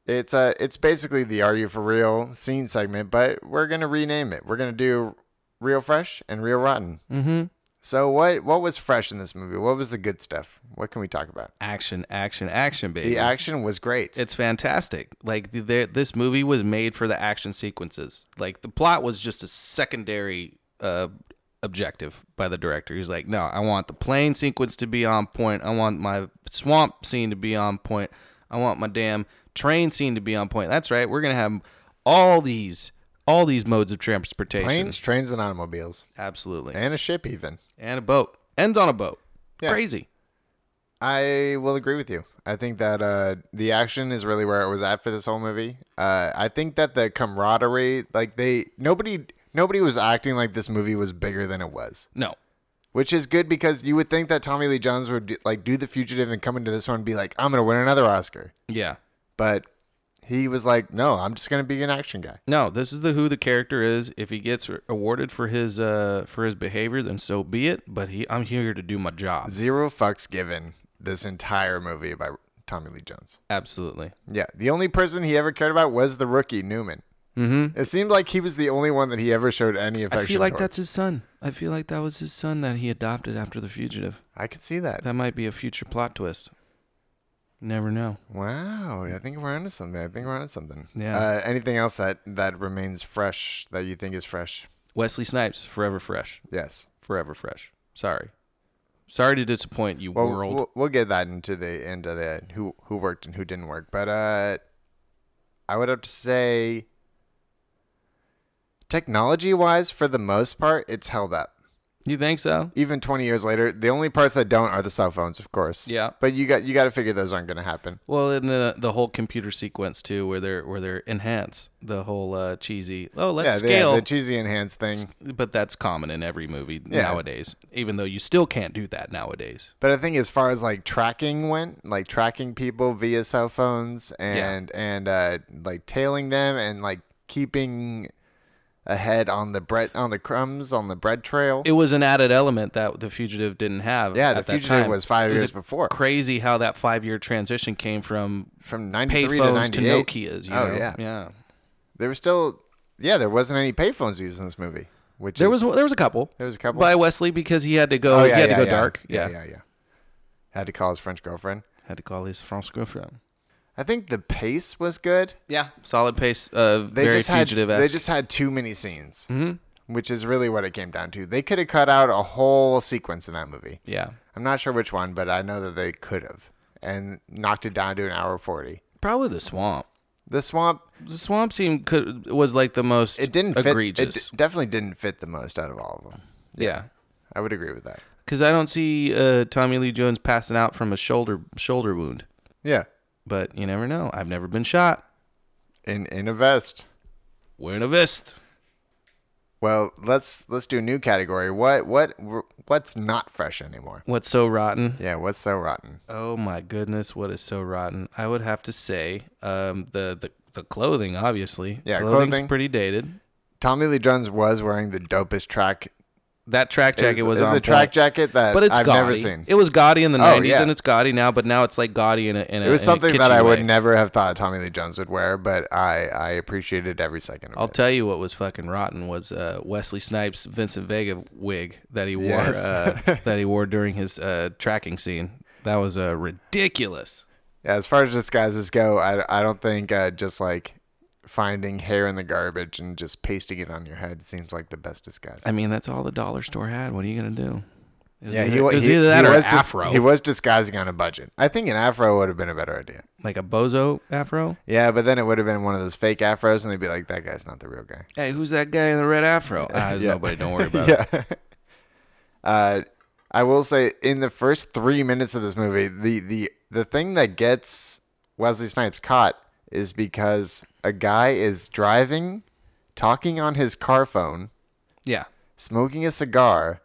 B: It's uh it's basically the Are You for Real scene segment, but we're gonna rename it. We're gonna do Real Fresh and Real Rotten. Mm-hmm. So what what was fresh in this movie? What was the good stuff? What can we talk about?
A: Action, action, action, baby.
B: The action was great.
A: it's fantastic. Like the, the, this movie was made for the action sequences. Like the plot was just a secondary uh, objective by the director. He's like, no, I want the plane sequence to be on point. I want my swamp scene to be on point. I I want my damn train scene to be on point. That's right. We're gonna have all these all these modes of transportation.
B: Planes, trains, and automobiles,
A: Absolutely. And,
B: and a ship even.
A: a boat. Ends on a boat.
B: Yeah.
A: Crazy.
B: I will agree with you. I think that uh, the action is really where it was at for this whole movie. Uh, I think that the camaraderie, like they, nobody, nobody was acting like this movie was bigger than it was,
A: No.
B: which is good because you would think that Tommy Lee Jones would do, like do the fugitive and come into this one and be like, I'm gonna win another Oscar,
A: Yeah.
B: but he was like, No, I'm just gonna be an action guy.
A: No, this is the who the character is. If he gets awarded for his uh for his behavior, then so be it. But he, I'm here to do my job.
B: Zero fucks given this entire movie by Tommy Lee Jones.
A: Absolutely.
B: Yeah, the only person he ever cared about was the rookie Newman. Mm-hmm. It seemed like he was the only one that he ever showed any
A: I
B: affection.
A: feel like
B: towards.
A: that's his son. I feel like that was his son that he adopted after the fugitive.
B: I could see that.
A: That might be a future plot twist. Never know.
B: Wow, I think we're onto something. I think we're onto something.
A: Yeah.
B: Uh, anything else that that remains fresh that you think is fresh?
A: Wesley Snipes, forever fresh.
B: Yes.
A: Forever fresh. Sorry. Sorry to disappoint you,
B: Well,
A: world.
B: we'll we'll get that into the end of the who who worked and who didn't work. But uh, I would have to say, technology wise, for the most part, it's held up.
A: you think so?
B: even 20 years later the only parts that don't are the cell phones of course
A: Yeah.
B: but you got you got to figure those aren't going to happen
A: Well, and the the whole computer sequence too, where they're where they're enhanced. The whole uh, cheesy. Oh, let's
B: yeah they have
A: scale.
B: the cheesy enhanced thing
A: but that's common in every movie
B: Yeah.
A: nowadays. Even though you still can't do that nowadays.
B: but i think as far as like tracking went like tracking people via cell phones and and uh like tailing them and like keeping ahead on the bread on the crumbs on the bread trail
A: It was an added element that the fugitive didn't have.
B: Yeah,
A: at
B: The
A: that
B: Fugitive
A: time.
B: was five
A: It
B: years before.
A: Crazy how that five year transition came from
B: from 93 to
A: payphones to,
B: 98
A: Nokias. You
B: oh
A: know?
B: yeah
A: yeah.
B: there was still yeah there wasn't any payphones used in this movie which
A: There
B: is-
A: was there was a couple.
B: There was a couple? Oh,
A: by Wesley because he had to go. he had to go dark. Yeah.
B: yeah yeah yeah had to call his french girlfriend
A: had to call his French girlfriend.
B: I think the pace was good.
A: Yeah, solid pace. Uh, very
B: They
A: Mm-hmm.
B: just had
A: fugitive.
B: they just had too many scenes, which is really what it came down to. They could have cut out a whole sequence in that movie.
A: yeah,
B: I'm not sure which one, but I know that they could have and knocked it down to an hour forty.
A: probably the swamp.
B: The swamp,
A: The swamp scene could was like the most
B: it didn't fit.
A: egregious.
B: It d- definitely didn't fit the most out of all of them.
A: yeah,
B: I would agree with that.
A: because I don't see uh, Tommy Lee Jones passing out from a shoulder shoulder wound,
B: Yeah,
A: but you never know. I've never been shot.
B: in in a vest.
A: Wearing a vest.
B: Well, let's let's do a new category. What what what's not fresh anymore?
A: What's so rotten?
B: Yeah, what's so rotten?
A: Oh my goodness, what is so rotten? I would have to say um, the, the the clothing, obviously.
B: Yeah,
A: clothing's
B: clothing.
A: pretty dated.
B: Tommy Lee Jones was wearing the dopest track
A: That track jacket
B: It
A: was,
B: it
A: on
B: a track
A: point.
B: jacket that
A: but it's
B: I've
A: gaudy.
B: never seen. Oh,
A: It was gaudy in the '90s,
B: yeah.
A: and it's gaudy now. But now it's like gaudy in a. In a
B: It was
A: in a
B: something that
A: kitschy
B: I would
A: way.
B: never have thought Tommy Lee Jones would wear, but I I appreciated every second of
A: I'll
B: it.
A: tell you what was fucking rotten was uh, Wesley Snipes' Vincent Vega wig that he wore
B: Yes.
A: uh, that he wore during his uh, tracking scene. That was uh, ridiculous.
B: Yeah, as far as disguises go, I, I don't think uh, just like finding hair in the garbage and just pasting it on your head seems like the best disguise.
A: I mean, that's all the dollar store had. What are you gonna do? It was
B: yeah,
A: either,
B: he wa-
A: it was
B: he-
A: either that
B: he
A: or
B: was
A: an
B: dis-
A: afro,
B: he was disguising on a budget. I think an afro would have been a better idea.
A: like a bozo afro.
B: Yeah, but then it would have been one of those fake afros, and they'd be like, "That guy's not the real guy."
A: Hey, who's that guy in the red afro? Ah, there's
B: Yeah.
A: nobody. Don't worry about it.
B: yeah. Uh, I will say, in the first three minutes of this movie, the the the thing that gets Wesley Snipes caught is because a guy is driving, talking on his car phone,
A: Yeah,
B: smoking a cigar,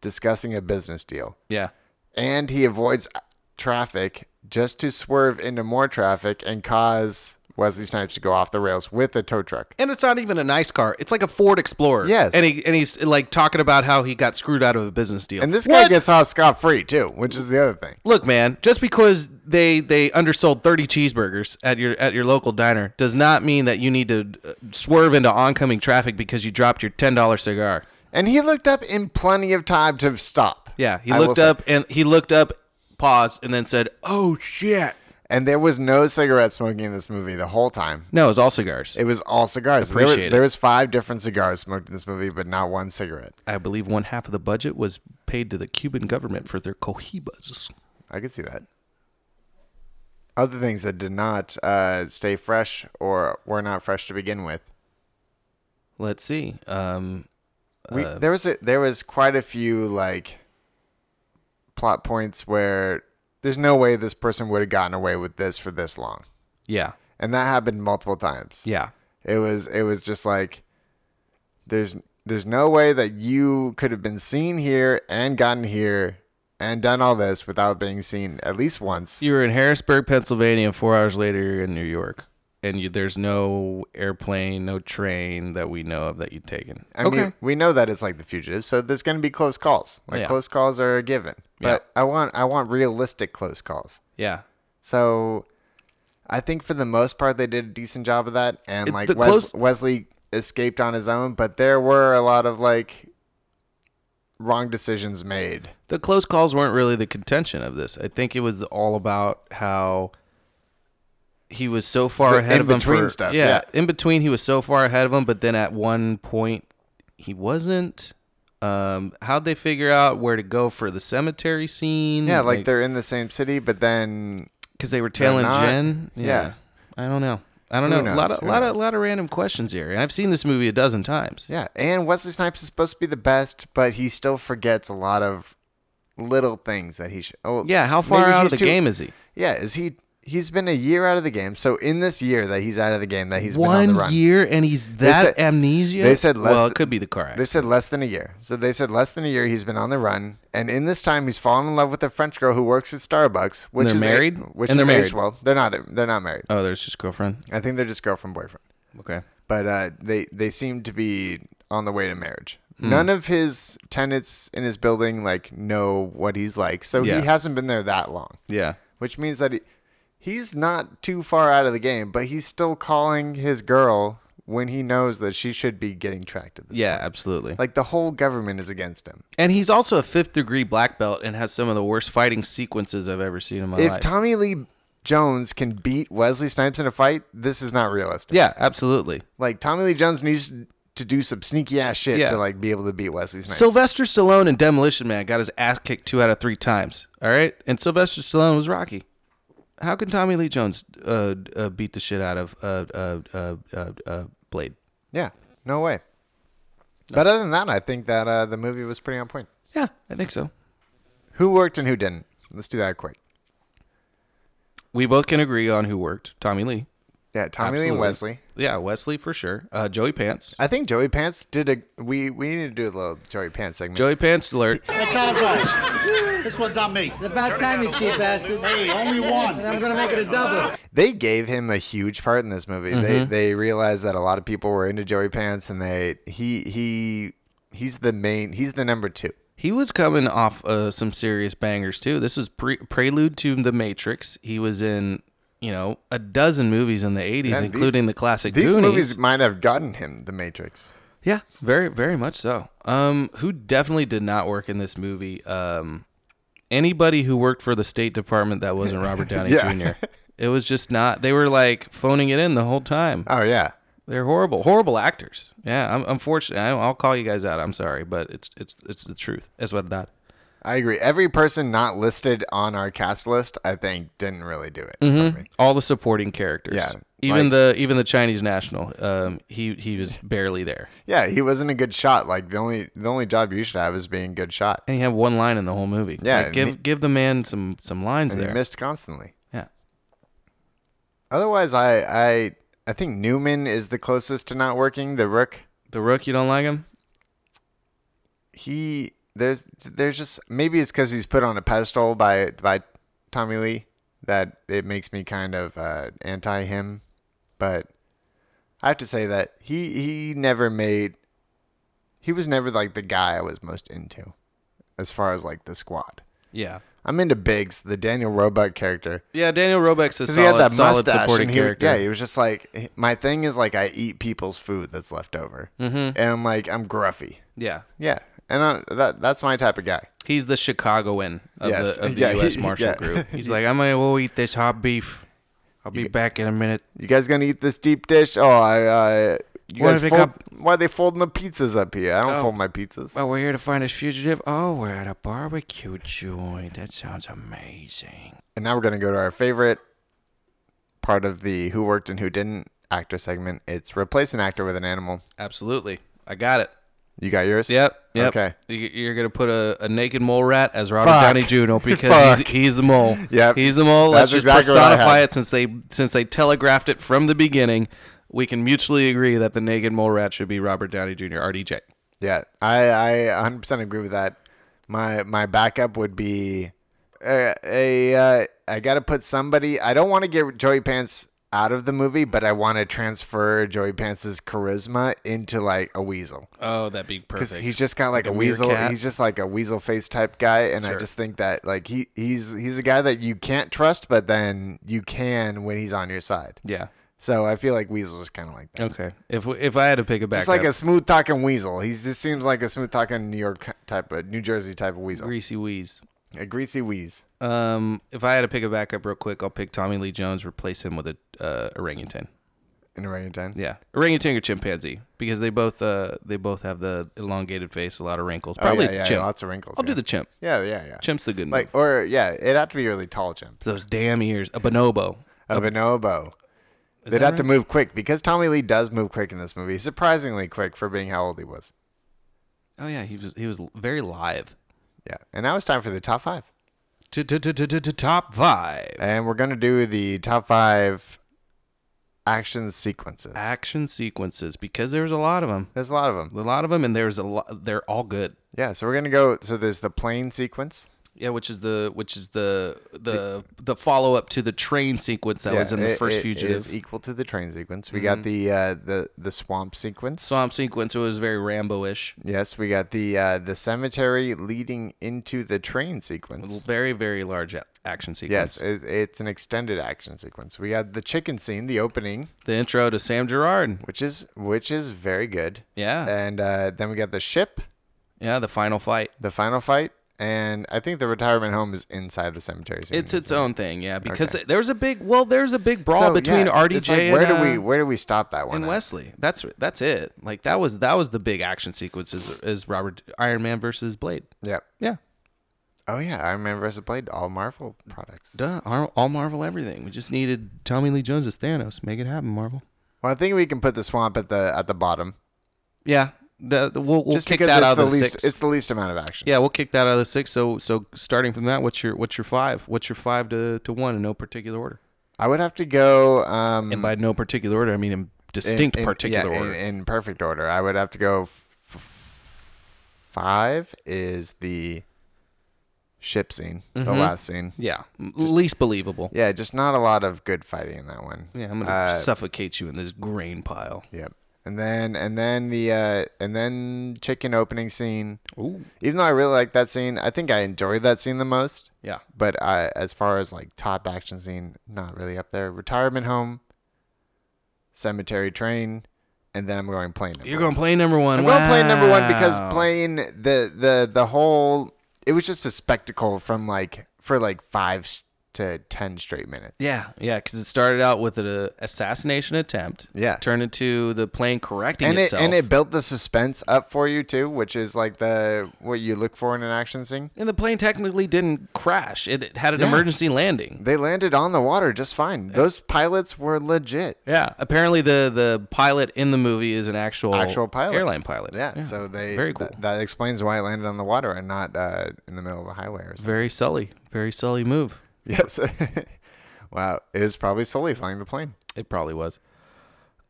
B: discussing a business deal,
A: yeah.
B: and he avoids uh, traffic just to swerve into more traffic and cause Wesley Snipes to go off the rails with a tow truck.
A: And it's not even a nice car. It's like a Ford Explorer.
B: Yes.
A: And he and he's like talking about how he got screwed out of a business deal.
B: And this guy
A: What?
B: gets off scot free too, which is the other thing.
A: Look, man, just because they they undersold 30 cheeseburgers at your at your local diner does not mean that you need to uh, swerve into oncoming traffic because you dropped your $10 cigar.
B: And he looked up in plenty of time to stop.
A: Yeah, he
B: I will
A: looked
B: say.
A: up and he looked up paused and then said, "Oh shit."
B: And there was no cigarette smoking in this movie the whole time.
A: No, it's all cigars.
B: It was all cigars. There were-
A: Appreciate it.
B: there was five different cigars smoked in this movie, but not one cigarette.
A: I believe one half of the budget was paid to the Cuban government for their cohibas.
B: I could see that. Other things that did not uh, stay fresh or were not fresh to begin with.
A: Let's see. Um,
B: We, there was a, there was quite a few like plot points where there's no way this person would have gotten away with this for this long,
A: yeah,
B: and that happened multiple times.
A: yeah,
B: It was it was just like there's there's no way that you could have been seen here and gotten here and done all this without being seen at least once.
A: you were in Harrisburg, Pennsylvania, and four hours later you're in New York, and you, there's no airplane, no train that we know of that you've taken.
B: I mean, we know that it's like the fugitive, so there's going to be close calls. Like
A: Yeah.
B: close calls are a given. But I want I want realistic close calls.
A: yeah,
B: So I think for the most part they did a decent job of that and
A: It-
B: like
A: the
B: Wes-
A: close-
B: Wesley escaped on his own, but there were a lot of like wrong decisions made.
A: the close calls weren't really the contention of this. I think it was all about how he was so far
B: The
A: ahead of him
B: in-between
A: for-
B: stuff,
A: yeah, in between he was so far ahead of him, but then at one point he wasn't. Um, how'd they figure out where to go for the cemetery scene?
B: Yeah, like they're in the same city, but then
A: because they were tailing
B: not-
A: Jen.
B: yeah.
A: I don't know. I don't
B: Who
A: know. A lot
B: knows?
A: of
B: Who
A: lot of,
B: knows?
A: lot of random questions here, and I've seen this movie a dozen times.
B: Yeah, and Wesley Snipes is supposed to be the best, but he still forgets a lot of little things that he should. Oh,
A: Yeah, how far
B: maybe
A: out of
B: he's
A: the
B: too-
A: game is he?
B: Yeah, is he? He's been a year out of the game. So in this year that he's out of the game, that he's been on the
A: One
B: run,
A: year, and he's that
B: said-
A: amnesia.
B: they said less
A: well, it
B: th-
A: could be the car. accident.
B: they said less than a year. So they said less than a year he's been on the run, and in this time he's fallen in love with a French girl who works at Starbucks, which
A: they're
B: is a-
A: married?
B: which
A: And
B: is
A: they're married.
B: aged well, they're not. They're not married.
A: Oh, there's his girlfriend.
B: I think they're just girlfriend boyfriend.
A: Okay.
B: but uh, they they seem to be on the way to marriage.
A: Hmm.
B: None of his tenants in his building like know what he's like, so
A: Yeah.
B: he hasn't been there that long,
A: Yeah.
B: which means that he, he's not too far out of the game. But he's still calling his girl when he knows that she should be getting tracked at this.
A: Yeah, absolutely.
B: like the whole government is against him.
A: and he's also a fifth degree black belt and has some of the worst fighting sequences I've ever seen in my
B: if
A: life.
B: Tommy Lee Jones can beat Wesley Snipes in a fight, this is not realistic.
A: yeah, absolutely.
B: Like Tommy Lee Jones needs to do some sneaky ass shit
A: Yeah.
B: to like be able to beat Wesley Snipes.
A: Sylvester Stallone in Demolition Man got his ass kicked two out of three times. All right, and Sylvester Stallone was Rocky. How can Tommy Lee Jones uh, uh, beat the shit out of uh, uh, uh, uh, uh, Blade?
B: Yeah, no way. But other than that, I think that uh, the movie was pretty on point.
A: Yeah, I think so.
B: Who worked and who didn't? Let's do that quick.
A: We both can agree on who worked. Tommy Lee.
B: Yeah, Tommy
A: Absolutely.
B: Lee and Wesley.
A: Yeah, Wesley for sure. Uh, Joey Pants.
B: I think Joey Pants did a. We we need to do a little Joey Pants segment.
A: Joey Pants alert.
E: Hey, Cosmo. This one's on me.
F: It's about time, you cheap bastard.
E: Hey, only one.
F: And I'm gonna make it a double.
B: they gave him a huge part in this movie.
A: Mm-hmm.
B: They they realized that a lot of people were into Joey Pants, and they he he he's the main he's the number two.
A: He was coming off uh, some serious bangers too. This was pre- prelude to The Matrix. He was in, you know, a dozen movies in the '80s,
B: Yeah, these-
A: including the classic
B: These
A: Goonies.
B: movies might have gotten him the Matrix.
A: Yeah, very, very much so. Um, who definitely did not work in this movie? Um, anybody who worked for the State Department that wasn't Robert Downey
B: Yeah.
A: Jr. It was just not. They were like phoning it in the whole time.
B: Oh yeah,
A: They're horrible, horrible actors. Yeah, I'm unfortunately, I'll call you guys out. I'm sorry, but it's it's it's the truth. That's what that.
B: I agree. Every person not listed on our cast list, I think, didn't really do it. for me.
A: All the supporting characters.
B: Yeah,
A: Even
B: like-
A: the even the Chinese national, um, he he was barely there,
B: Yeah, he wasn't a good shot. Like the only the only job you should have is being good shot.
A: and he had one line in the whole movie.
B: Yeah,
A: Like,
B: and
A: give
B: he-
A: give the man some some lines
B: And
A: there.
B: he missed constantly.
A: yeah,
B: Otherwise, I I I think Newman is the closest to not working. The Rook,
A: the Rook, you don't like him?
B: he there's there's just maybe it's because he's put on a pedestal by by Tommy Lee that it makes me kind of uh, anti him. But I have to say that he he never made he was never like the guy I was most into as far as like the squad.
A: Yeah.
B: I'm into Biggs, the Daniel Roebuck character.
A: Yeah, Daniel Roebuck's a
B: Because
A: solid,
B: he had that
A: solid
B: mustache,
A: supporting
B: and he,
A: character.
B: yeah, he was just like, my thing is like I eat people's food that's left over,
A: Mm-hmm.
B: and I'm like I'm gruffy,
A: yeah.
B: yeah, and I, that that's my type of guy.
A: He's the Chicagoan of
B: Yes.
A: the, of the
B: Yeah,
A: U.S.
B: he-
A: Marshal
B: yeah.
A: Group. He's like, I'm going to go eat this hot beef. I'll be back in a minute.
B: You guys gonna eat this deep dish? Oh, I, I you
A: What
B: guys
A: if it
B: fold,
A: got-
B: why are they folding the pizzas up here? I don't fold my pizzas.
A: Well, we're here to find this fugitive. Oh, we're at a barbecue joint. That sounds amazing.
B: And now we're gonna go to our favorite part of the Who Worked and Who Didn't actor segment. It's replace an actor with an animal.
A: Absolutely. I got it.
B: You got yours?
A: Yep. Yep.
B: Okay.
A: You- You're gonna put a, a naked mole rat as Robert
B: Fuck.
A: Downey Jr. because he's,
B: Fuck.
A: he's the mole.
B: Yep.
A: He's the mole. Let's
B: That's
A: just
B: exactly what I
A: personify
B: had.
A: it since they since they telegraphed it from the beginning. We can mutually agree that the naked mole rat should be Robert Downey Jr. RDJ.
B: Yeah, I, I 100% agree with that. My my backup would be uh, a uh, I got to put somebody. I don't want to get Joey Pants out of the movie, but I want to transfer Joey Pants's charisma into like a weasel
A: Oh, that'd be
B: because
A: perfect.
B: he's just kind of like,
A: Like
B: a,
A: a
B: weasel.
A: meerkat.
B: He's just like a weasel face type guy, and I
A: Sure.
B: just think that like he he's he's a guy that you can't trust, but then you can when he's on your side.
A: yeah.
B: So I feel like Weasel is kind of like that.
A: Okay. If if I had to pick a backup,
B: Just like a smooth talking weasel. He just seems like a smooth talking New York type of New Jersey type of weasel.
A: greasy wheeze.
B: A greasy wheeze.
A: Um, if I had to pick a backup real quick, I'll pick Tommy Lee Jones. Replace him with a uh, orangutan.
B: An orangutan.
A: Yeah, orangutan or chimpanzee because they both uh they both have the elongated face, a lot of wrinkles.
B: Oh,
A: Probably
B: yeah, yeah,
A: chimp.
B: lots of wrinkles.
A: I'll do
B: yeah.
A: the chimp.
B: Yeah, yeah, yeah.
A: Chimp's the good move.
B: Like or yeah, it'd have to be a really tall chimp.
A: Those damn ears. A bonobo.
B: A bonobo. They'd
A: that
B: have to move quick because Tommy Lee does move quick in this movie, surprisingly quick for being how old he was.
A: Oh yeah, he was he was very live.
B: Yeah. And now it's time for the top five.
A: Top five
B: And we're gonna do the top five action sequences.
A: action sequences because there was a lot of them.
B: There's a lot of them.
A: A lot of them, and there's a lot. They're all good.
B: Yeah, so we're gonna go so there's the plane sequence.
A: Yeah, which is the which is the the the follow up to the train sequence that was in the
B: it-
A: first
B: it
A: fugitive. Mm-hmm.
B: is e equal to the train sequence. We got the uh, the the swamp sequence.
A: Swamp sequence. It was very Rambo-ish.
B: yes, we got the uh, the cemetery leading into the train sequence.
A: Very very large a- action sequence.
B: Yes, it, it's an extended action sequence. We got the chicken scene, the opening,
A: The intro to Sam Gerard.
B: which is which is very good.
A: Yeah.
B: And uh, then we got the ship,
A: Yeah, the final fight.
B: the final fight, and I think the retirement home is inside the cemetery scene.
A: It's its
B: So-
A: own thing, yeah. Because th- there's a big well, there's a big brawl
B: so,
A: between
B: yeah,
A: RDJ
B: it's like,
A: and,
B: where do
A: uh,
B: we where do we stop that one?
A: and
B: at?
A: Wesley. That's that's it. Like that was that was the big action sequence is, is Robert Iron Man versus Blade.
B: Yep.
A: Yeah,
B: Oh yeah, I remember us played all Marvel products.
A: duh. Ar- All Marvel everything. We just needed Tommy Lee Jones as Thanos. Make it happen, Marvel.
B: Well, I think we can put the swamp at the at the bottom.
A: Yeah, the, the- we'll, we'll
B: just
A: kick
B: because
A: that
B: it's
A: out
B: the
A: of the
B: least
A: six.
B: it's the least amount of action.
A: yeah, we'll kick that out of the six. So so starting from that, what's your what's your five? What's your five to, to one in no particular order?
B: I would have to go um
A: And by no particular order, I mean in distinct
B: in-
A: particular
B: yeah, in-
A: order.
B: In, perfect order. I would have to go f- f- 5 is the ship scene,
A: Mm-hmm.
B: the last scene.
A: yeah, m- least believable.
B: Yeah, just not a lot of good fighting in that one.
A: Yeah, I'm gonna
B: Uh,
A: suffocate you in this grain pile.
B: Yep. And then and then the uh and then chicken opening scene.
A: Ooh.
B: Even though I really like that scene, I think I enjoyed that scene the most.
A: Yeah.
B: But I, as far as like top action scene, not really up there. Retirement home, cemetery train, and then I'm going plane. Number
A: You're
B: one.
A: going to play number one.
B: I'm going plane number one because
A: Wow.
B: plane the the the whole it was just a spectacle from like for like five s- to ten straight minutes.
A: Yeah, yeah, because it started out with an uh, assassination attempt.
B: Yeah.
A: Turned into the plane correcting
B: And it
A: itself.
B: and it built the suspense up for you too, which is like the what you look for in an action scene.
A: And the plane technically didn't crash. It, it had an
B: Yeah.
A: emergency landing.
B: They landed on the water just fine. Those pilots were legit.
A: Yeah. Apparently, the the pilot in the movie is an actual
B: actual pilot,
A: airline pilot.
B: Yeah, so they
A: very cool.
B: th- that explains why it landed on the water and not uh, in the middle of a highway or something.
A: very Sully, very Sully move.
B: Yes. wow, it was probably Sully flying the plane.
A: It probably was.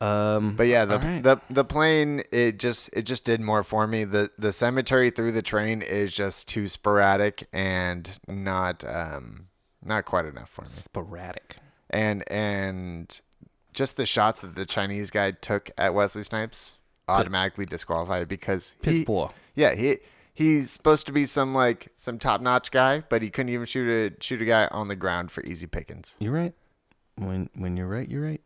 A: Um,
B: But yeah, the,
A: All right.
B: the the plane it just it just did more for me. The the cemetery through the train is just too sporadic and not um not quite enough for me.
A: sporadic.
B: And and just the shots that the Chinese guy took at Wesley Snipes automatically disqualified because
A: Piss
B: he-
A: poor.
B: Yeah, he he's supposed to be some like some top notch guy, but he couldn't even shoot a shoot a guy on the ground for easy pickings.
A: You're right. When when you're right, you're right.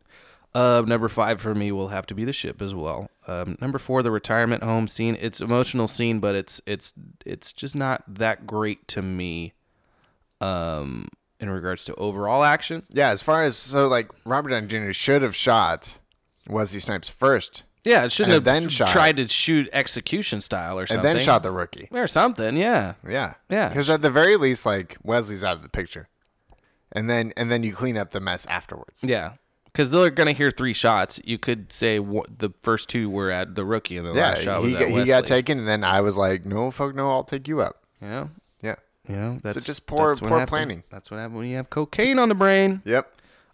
A: Uh, number five for me will have to be the ship as well. Um, number four, the retirement home scene. It's emotional scene, but it's it's it's just not that great to me. Um, in regards to overall action,
B: Yeah, as far as so like Robert Downey Jr. should have shot Wesley Snipes first,
A: yeah, it shouldn't
B: And
A: have
B: then shot.
A: tried to shoot execution style or
B: and
A: something.
B: then shot the rookie.
A: or something. Yeah,
B: Yeah,
A: Yeah.
B: Because at the very least, like Wesley's out of the picture. and then and then you clean up the mess afterwards.
A: Yeah. Because they're gonna hear three shots. You could say wha- the first two were at the rookie, and the
B: Yeah,
A: last shot was
B: he,
A: at
B: got-
A: Wesley.
B: he got taken, and then I was like, "No, fuck no, I'll take you up."
A: Yeah,
B: Yeah.
A: yeah. That's
B: just poor-
A: that's what
B: poor
A: happened.
B: planning.
A: That's what happened when you have cocaine on the brain.
B: Yep.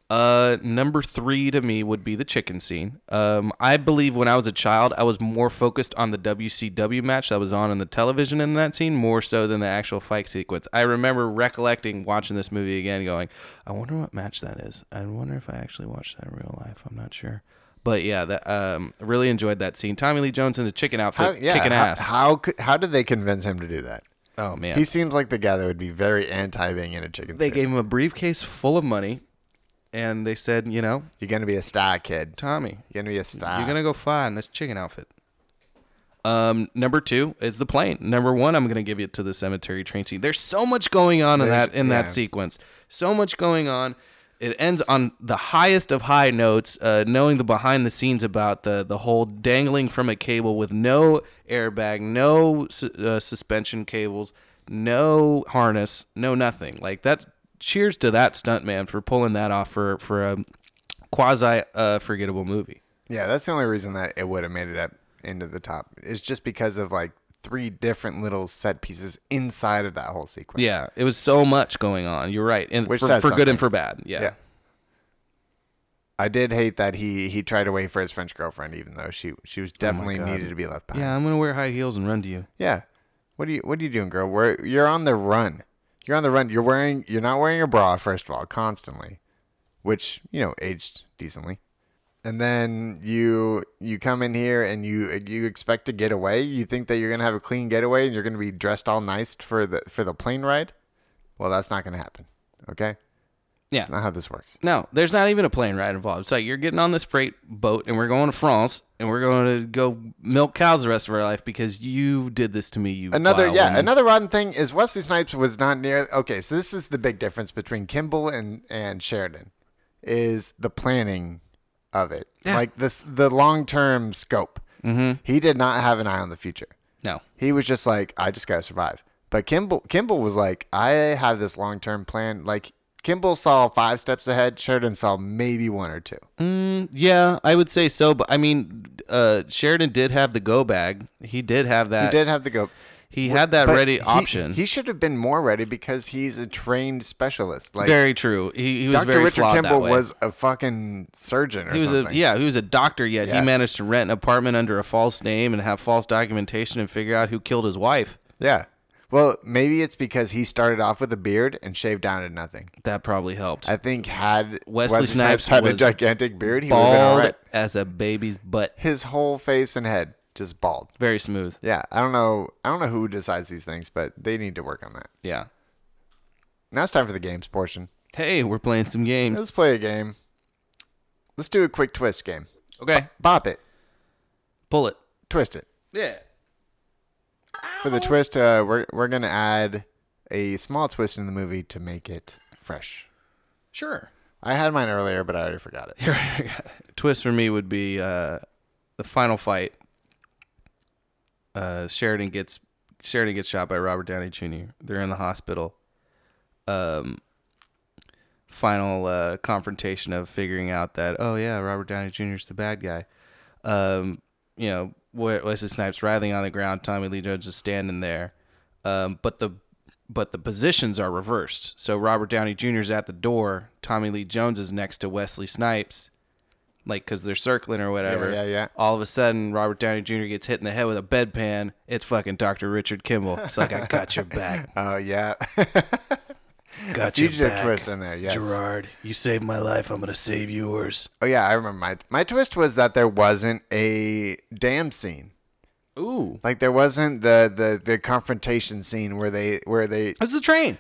A: Uh, number three to me would be the chicken scene. Um, I believe when I was a child, I was more focused on the WCW match that was on in the television in that scene more so than the actual fight sequence. I remember recollecting watching this movie again, going, "I wonder what match that is. I wonder if I actually watched that in real life. I'm not sure." But yeah, that um, I really enjoyed that scene. Tommy Lee Jones in the chicken outfit,
B: How, yeah.
A: kicking
B: how,
A: ass.
B: How could, how did they convince him to do that?
A: oh man,
B: He seems like the guy that would be very anti being in a chicken.
A: they
B: suit.
A: gave him a briefcase full of money, and they said, "You know,
B: You're gonna be a star, kid.
A: Tommy,
B: You're gonna be a star.
A: You're gonna go fly in this chicken outfit. Um, number two is the plane. Number one, I'm gonna give it to the cemetery train scene. There's so much going on in
B: There's-
A: that in
B: yeah.
A: that sequence. So much going on. It ends on the highest of high notes. Uh, knowing the behind the scenes about the the whole dangling from a cable with no airbag, no su- uh, suspension cables, no harness, no nothing. Like that. Cheers to that stuntman for pulling that off for for a quasi uh, forgettable movie.
B: Yeah, that's the only reason that it would have made it up into the top is just because of like three different little set pieces inside of that whole sequence.
A: Yeah, it was so much going on. You're right, and
B: Which
A: for,
B: says
A: for good
B: something.
A: and for bad. Yeah.
B: Yeah. I did hate that he he tried to wait for his French girlfriend, even though she she was definitely needed to be left behind.
A: Oh Yeah, I'm gonna wear high heels and run to you.
B: Yeah. What are you What are you doing, girl? Where you're on the run? You're on the run. You're wearing. You're not wearing your bra first of all, constantly, which you know aged decently. And then you you come in here and you you expect to get away. You think that you're gonna have a clean getaway and you're gonna be dressed all nice for the for the plane ride. Well, that's not gonna happen. Okay.
A: Yeah.
B: That's not how this works.
A: No, there's not even a plane ride involved. It's like you're getting on this freight boat, and we're going to France, and we're going to go milk cows the rest of our life because you did this to me. You
B: Another
A: vile
B: yeah,
A: woman.
B: another rotten thing is Wesley Snipes was not near. Okay, so this is the big difference between Kimball and and Sheridan, is the planning of it, like this the long term scope. Mm-hmm. He did not have an eye on the future.
A: No.
B: He was just like, I just gotta survive. But Kimball Kimball was like, I have this long term plan. Like Kimball saw five steps ahead. Sheridan saw maybe one or two.
A: Yeah, I would say so, but I mean, uh, Sheridan did have the go bag. He did have that.
B: He did have to go.
A: He had that
B: But
A: ready
B: he-
A: option.
B: He, should have been more ready because he's a trained specialist. Like
A: very true. He, he was
B: Dr.
A: very
B: Richard
A: flawed
B: Kimball
A: that way.
B: was a fucking surgeon or
A: He was
B: something.
A: a yeah, he was a doctor. Yet
B: Yeah.
A: he managed to rent an apartment under a false name and have false documentation and figure out who killed his wife.
B: Yeah. Well, maybe it's because he started off with a beard and shaved down to nothing.
A: That probably helped.
B: I think had
A: Wesley
B: Wesley, Snipes,
A: Snipes
B: had a
A: was
B: gigantic beard, he would have been all
A: Bald
B: right.
A: as a baby's butt.
B: His whole face and head just bald.
A: Very smooth.
B: Yeah, I don't know. I don't know who decides these things, but they need to work on that.
A: Yeah.
B: Now it's time for the games portion.
A: Hey, we're playing some games.
B: Let's play a game. Let's do a quick twist game.
A: Okay,
B: Bop it,
A: pull it.
B: twist it.
A: Yeah.
B: For the twist, uh, we're we're gonna add a small twist in the movie to make it fresh.
A: Sure.
B: I had mine earlier, but I already forgot it.
A: Twist for me would be uh, the final fight. Uh, Sheridan gets Sheridan gets shot by Robert Downey Jr. They're in the hospital. Um, final uh, confrontation of figuring out that oh yeah, Robert Downey Jr. is the bad guy. Um, you know, Wa- Wesley Snipes writhing on the ground, Tommy Lee Jones is standing there. Um, but the but the positions are reversed. So Robert Downey Jr. is at the door. Tommy Lee Jones is next to Wesley Snipes, like because they're circling or whatever.
B: yeah, yeah.
A: All of a sudden, Robert Downey Jr. gets hit in the head with a bedpan. It's fucking Dr. Richard Kimball. It's like I got your back.
B: Oh yeah,
A: Got your
B: fugitive
A: back.
B: twist in there. Yes.
A: Gerard, you saved my life. I'm gonna save yours.
B: Oh yeah, I remember my my twist was that there wasn't a damn scene.
A: Ooh,
B: Like there wasn't the the the confrontation scene where they where they
A: that's the train.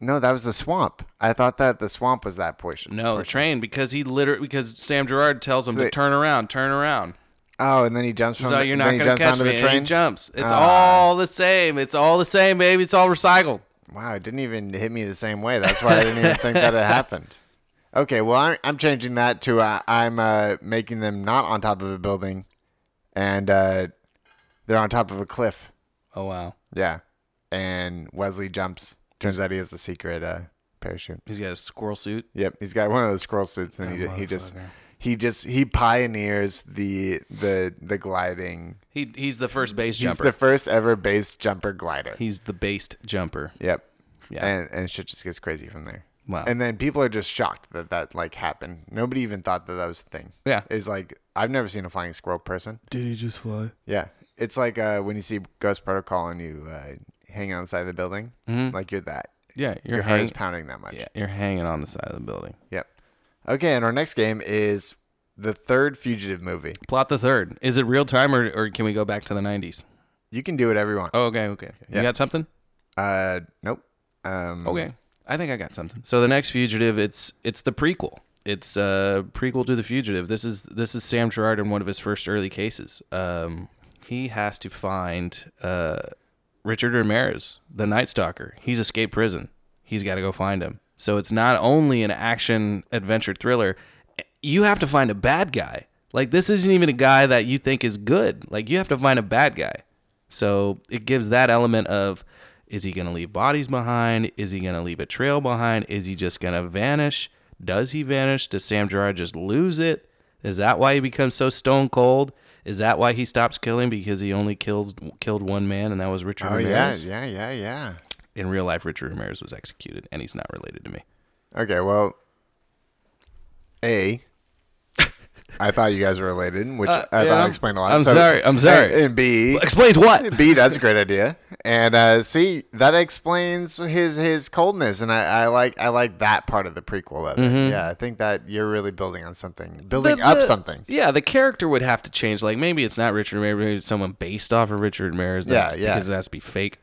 B: no that was the swamp. I thought that the swamp was that portion.
A: No, the train because he literally because Sam Gerard tells him
B: So
A: to
B: they-
A: turn around, turn around.
B: Oh, and then he jumps from
A: So
B: the,
A: you're
B: then
A: not
B: he
A: gonna
B: jumps
A: catch
B: onto
A: me. eh,
B: the
A: and
B: train.
A: he jumps. It's
B: Ah.
A: all the same. It's all the same, baby. It's all recycled.
B: Wow, it didn't even hit me the same way. That's why I didn't even think that it happened. Okay, well, I'm, I'm changing that to uh, I'm uh, making them not on top of a building and uh, they're on top of a cliff.
A: Oh wow.
B: Yeah. And Wesley jumps. Turns out he has a secret uh, parachute.
A: He's got a squirrel suit.
B: Yep, he's got one of those squirrel suits, and he, he just he just he pioneers the the the gliding.
A: He he's the first base
B: He's
A: jumper.
B: the first ever base jumper glider.
A: he's the based jumper.
B: yep.
A: Yeah.
B: And and shit just gets crazy from there.
A: Wow.
B: And then people are just shocked that that like happened. Nobody even thought that that was a thing.
A: Yeah.
B: It's like I've never seen a flying squirrel person.
A: Did he just fly?
B: Yeah. It's like uh, when you see Ghost Protocol and you uh, hang on the side of the building, like you're that.
A: Yeah, you're
B: Your heart
A: hang-
B: is pounding that much.
A: Yeah, you're hanging on the side of the building.
B: Yep. Okay, and our next game is the third Fugitive movie.
A: Plot the third. Is it real time or, or can we go back to the 90s?
B: You can do whatever you want.
A: Oh, okay, okay. okay. You
B: Yeah.
A: got something?
B: Uh, nope. Um,
A: Okay. I think I got something. So the next fugitive, it's it's the prequel. It's uh prequel to the fugitive. This is this is Sam Gerard in one of his first early cases. Um, he has to find uh Richard Ramirez, the Night Stalker. He's escaped prison. He's got to go find him. So it's not only an action adventure thriller. You have to find a bad guy. Like this isn't even a guy that you think is good. Like you have to find a bad guy. So it gives that element of is he going to leave bodies behind? Is he going to leave a trail behind? Is he just going to vanish? Does he vanish? Does Sam Gerard just lose it? Is that why he becomes so stone cold? Is that why he stops killing because he only kills killed one man and that was Richard
B: Oh yeah,
A: Ramirez?
B: yeah, yeah, yeah.
A: In real life, Richard Ramirez was executed and he's not related to me.
B: Okay, well, a. I thought you guys were related, which I
A: Uh, yeah,
B: thought
A: I'm-
B: explained a lot.
A: I'm sorry, I'm sorry.
B: And, and B,
A: Explains what?
B: B, that's a great idea. And uh, C, that explains his his coldness, and I, I like I like that part of the prequel of it. Yeah, I think that you're really building on something, building
A: Mm-hmm. the-
B: up
A: the-
B: something.
A: Yeah, the character would have to change. Like maybe it's not Richard Ramirez, maybe it's someone based off of Richard Ramirez.
B: Yeah,
A: that's-
B: yeah.
A: Because it has to be fake.